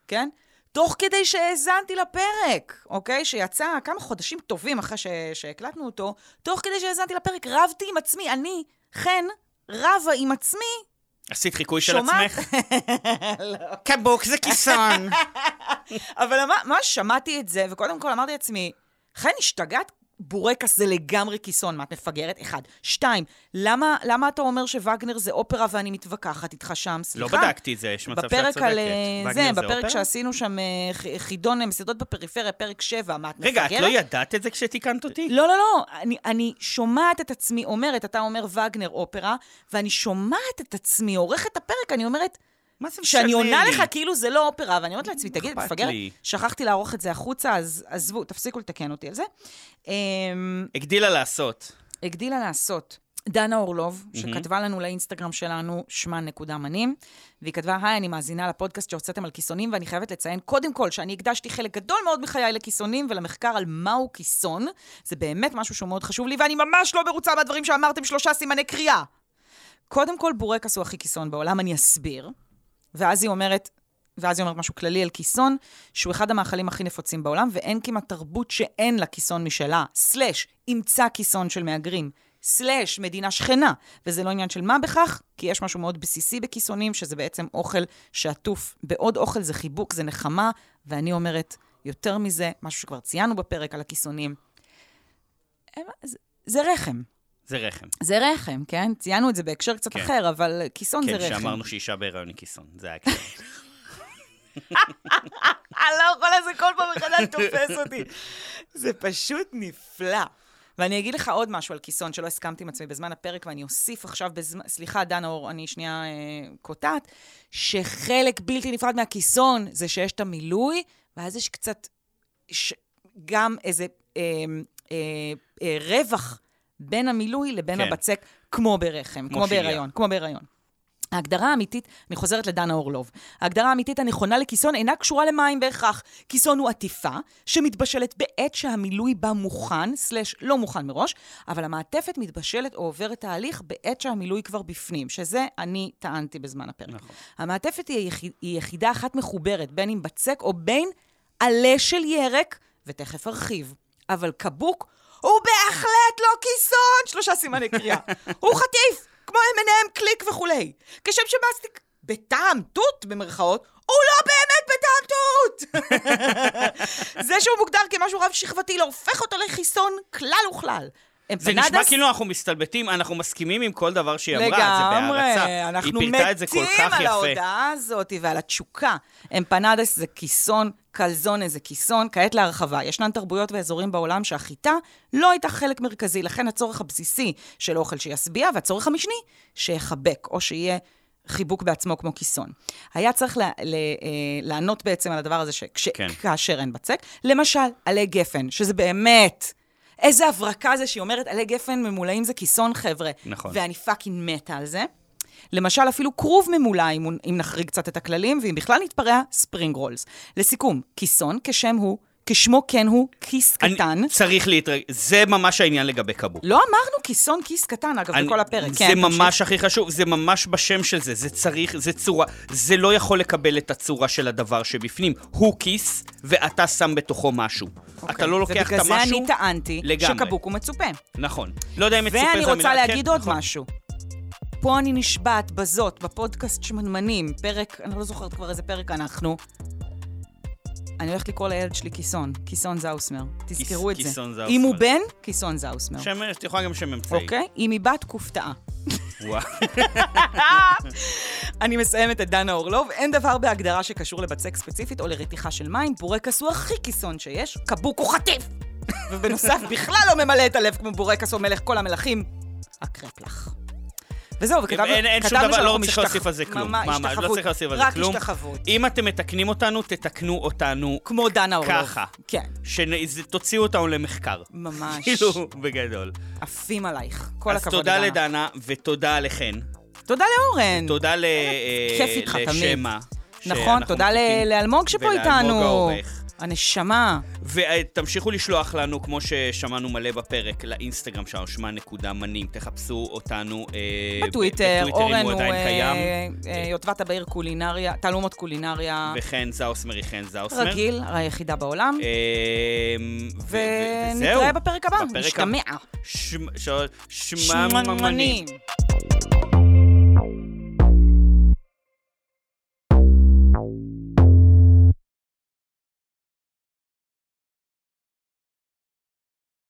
C: כן? תוך כדי שהאזנתי לפרק, אוקיי? שיצא כמה חודשים טובים אחרי ש... שהקלטנו אותו, תוך כדי שהאזנתי לפרק רבתי עם עצמי, אני, חן, רבה עם עצמי,
B: עשית חיקוי של
C: שומעת?
B: עצמך? קבוק זה כיסון.
C: אבל מה- ממש שמעתי את זה, וקודם כל אמרתי לעצמי, חן, השתגעת? בורקס זה לגמרי כיסון, מה את מפגרת? אחד. שתיים, למה, למה אתה אומר שווגנר זה אופרה ואני מתווכחת איתך שם?
B: לא
C: סליחה.
B: בדקתי את זה, יש מצב שאת
C: בפרק
B: צודקת.
C: על אה,
B: וגנר
C: זה,
B: אופרה?
C: בפרק שעשינו שם אה, ח- חידון אה, מסעדות בפריפריה, פרק 7, מה, את מפגרת?
B: רגע, את לא ידעת את זה כשתיקנת אותי?
C: לא, לא, לא, אני, אני שומעת את עצמי אומרת, אתה אומר וגנר אופרה, ואני שומעת את עצמי עורכת את הפרק, אני אומרת,
B: מה זה
C: שאני
B: משנה
C: עונה
B: לי?
C: לך כאילו זה לא אופרה, ואני אומרת לעצמי, תגיד, את
B: אכפת
C: מפגרת?
B: לי."
C: שכחתי לערוך את זה החוצה, אז עזבו, תפסיקו לתקן אותי על זה. אמ,
B: הגדילה לעשות.
C: הגדילה לעשות. דנה אורלוב, שכתבה לנו לאינסטגרם שלנו, שמה נקודה מנים, והיא כתבה, היי, אני מאזינה לפודקאסט שהוצאתם על כיסונים, ואני חייבת לציין, קודם כל, שאני הקדשתי חלק גדול מאוד מחיי לכיסונים ולמחקר על מהו כיסון. זה באמת משהו שהוא מאוד חשוב לי, ואני ממש לא מרוצה מהדברים שאמרתם, שלושה סימני קריאה. קודם כל, בורקס הוא הכי כיסון בעולם, אני אסביר. ואז היא אומרת, ואז היא אומרת משהו כללי על כיסון, שהוא אחד המאכלים הכי נפוצים בעולם, ואין כמעט תרבות שאין לה כיסון משלה, סלאש, אימצה כיסון של מהגרים, סלאש, מדינה שכנה. וזה לא עניין של מה בכך, כי יש משהו מאוד בסיסי בכיסונים, שזה בעצם אוכל שעטוף בעוד אוכל, זה חיבוק, זה נחמה, ואני אומרת, יותר מזה, משהו שכבר ציינו בפרק על הכיסונים, הם- זה- זה רחם.
B: זה רחם.
C: זה רחם, כן? ציינו את זה בהקשר קצת
B: כן.
C: אחר, אבל כיסון זה
B: כן,
C: רחם.
B: שאמרנו שאישה בהיריון היא כיסון. זה היה כאילו.
C: אני לא יכולה, זה כל פעם מחדש תופס אותי. זה פשוט נפלא. ואני אגיד לך עוד משהו על כיסון שלא הסכמתי עם עצמי בזמן הפרק, ואני אוסיף עכשיו בזמן... סליחה, דנה אור, אני שנייה אה, קוטעת, שחלק בלתי נפרד מהכיסון זה שיש את המילוי, ואז יש קצת ש... גם איזה אה, אה, אה, רווח בין המילוי לבין
B: כן.
C: הבצק, כמו ברחם, כמו,
B: שליה.
C: בהיריון, כמו בהיריון. ההגדרה האמיתית, אני חוזרת לדנה אורלוב, ההגדרה האמיתית הנכונה לכיסון אינה קשורה למים בהכרח. כיסון הוא עטיפה שמתבשלת בעת שהמילוי בה מוכן, סלש לא מוכן מראש, אבל המעטפת מתבשלת או עוברת תהליך בעת שהמילוי כבר בפנים, שזה אני טענתי בזמן הפרק. נכון. המעטפת היא, היחיד, היא יחידה אחת מחוברת, בין אם בצק או בין עלה של ירק, ותכף ארחיב. אבל קבוק הוא בהחלט לא כיסון! שלושה סימני קריאה. הוא חטיף! כמו M&M, קליק וכולי. כשם שמאסטיק בטעם תות, במרכאות, הוא לא באמת בטעם תות! זה שהוא מוגדר כמשהו רב-שכבתי לא הופך אותו לחיסון כלל וכלל.
B: זה
C: אמפנדס-
B: נשמע כאילו אנחנו מסתלבטים, אנחנו מסכימים עם כל דבר שהיא אמרה, זה
C: לגמרי,
B: בהערצה.
C: אנחנו
B: היא פירטה את זה כל
C: מתים
B: כך
C: על
B: יפה.
C: ההודעה הזאת ועל התשוקה. אמפנדס זה כיסון, קלזונה זה כיסון. כעת להרחבה, ישנן תרבויות ואזורים בעולם שהחיטה לא הייתה חלק מרכזי, לכן הצורך הבסיסי של אוכל שישביע, והצורך המשני, שיחבק, או שיהיה... חיבוק בעצמו כמו כיסון. היה צריך לה, לה, אה, לענות בעצם על הדבר הזה
B: כן.
C: שכאשר כן. אין בצק. למשל, עלי גפן, שזה באמת, איזה הברקה זה שהיא אומרת, עלי גפן ממולאים זה כיסון, חבר'ה.
B: נכון.
C: ואני פאקינג מתה על זה. למשל, אפילו כרוב ממולא, אם, אם נחריג קצת את הכללים, ואם בכלל נתפרע, ספרינג רולס. לסיכום, כיסון, כשם הוא, כשמו כן הוא, כיס
B: אני-
C: קטן.
B: צריך להתרגש, זה ממש העניין לגבי קבוק.
C: לא אמרנו כיסון, כיס קטן, אגב,
B: אני-
C: בכל הפרק.
B: זה
C: כן,
B: ממש
C: תמשיך.
B: הכי חשוב, זה ממש בשם של זה, זה צריך, זה צורה, זה לא יכול לקבל את הצורה של הדבר שבפנים. הוא כיס, ואתה שם בתוכו משהו. אתה לא לוקח את המשהו...
C: אוקיי, ובגלל זה אני טענתי
B: לגמרי.
C: שקבוק הוא מצופה.
B: נכון. לא יודע אם מצופה זה
C: ואני
B: המילה...
C: רוצה להגיד
B: כן,
C: עוד
B: נכון.
C: משהו. פה אני נשבעת בזאת, בפודקאסט שמנמנים, פרק, אני לא זוכרת כבר איזה פרק אנחנו. אני הולכת לקרוא לילד שלי כיסון, כיסון זאוסמר. תזכרו את זה.
B: כיסון
C: אם
B: זאוסמר.
C: הוא בן, כיסון זאוסמר.
B: שם, את יכולה גם שם אמצעי.
C: אוקיי? אם היא בת, כופתאה.
B: וואו.
C: אני מסיימת את דנה אורלוב, אין דבר בהגדרה שקשור לבצק ספציפית או לרתיחה של מים, בורקס הוא הכי כיסון שיש, קבוק הוא חטיף! ובנוסף, בכלל לא ממלא את הלב כמו בורקס או מלך כל המלכים, הקרפלך. וזהו, וכתבנו
B: כן, אין, אין שום
C: כתבנו
B: דבר, לא
C: שאנחנו
B: רוצה
C: משתח-
B: להוסיף על זה כלום.
C: ממש,
B: לא
C: השתחוות,
B: צריך להוסיף על זה
C: רק
B: כלום.
C: השתחוות.
B: אם אתם מתקנים אותנו, תתקנו אותנו.
C: כמו דנה אורלוב.
B: ככה.
C: כן,
B: שתוציאו אותנו למחקר.
C: ממש.
B: כאילו, בגדול.
C: עפים עלייך. כל
B: אז
C: הכבוד,
B: תודה לדנה, ותודה לכן.
C: תודה לאורן.
B: תודה ל...
C: כיף איתך
B: אה,
C: תמיד.
B: לשמה.
C: נכון,
B: שאנחנו
C: תודה ל-
B: מחכים.
C: לאלמוג שפה
B: ולאלמוג
C: איתנו.
B: העורך.
C: הנשמה.
B: ותמשיכו לשלוח לנו, כמו ששמענו מלא בפרק, לאינסטגרם שלנו, שמה נקודה מנים. תחפשו אותנו אה, ב-
C: בטוויטר,
B: בטוויטר, אם
C: אורן
B: הוא
C: הוא
B: עדיין
C: אה,
B: קיים.
C: אה, יוטבת בעיר קולינריה, תעלומות קולינריה,
B: וחן זאוסמר היא חן כן, זאוסמר.
C: אה. רגיל, היחידה בעולם.
B: אמ, אה, ו- ו- וזהו.
C: ונתראה בפרק הבא,
B: בפרק
C: נשתמע.
B: הבא. שמ- ש- שממנים.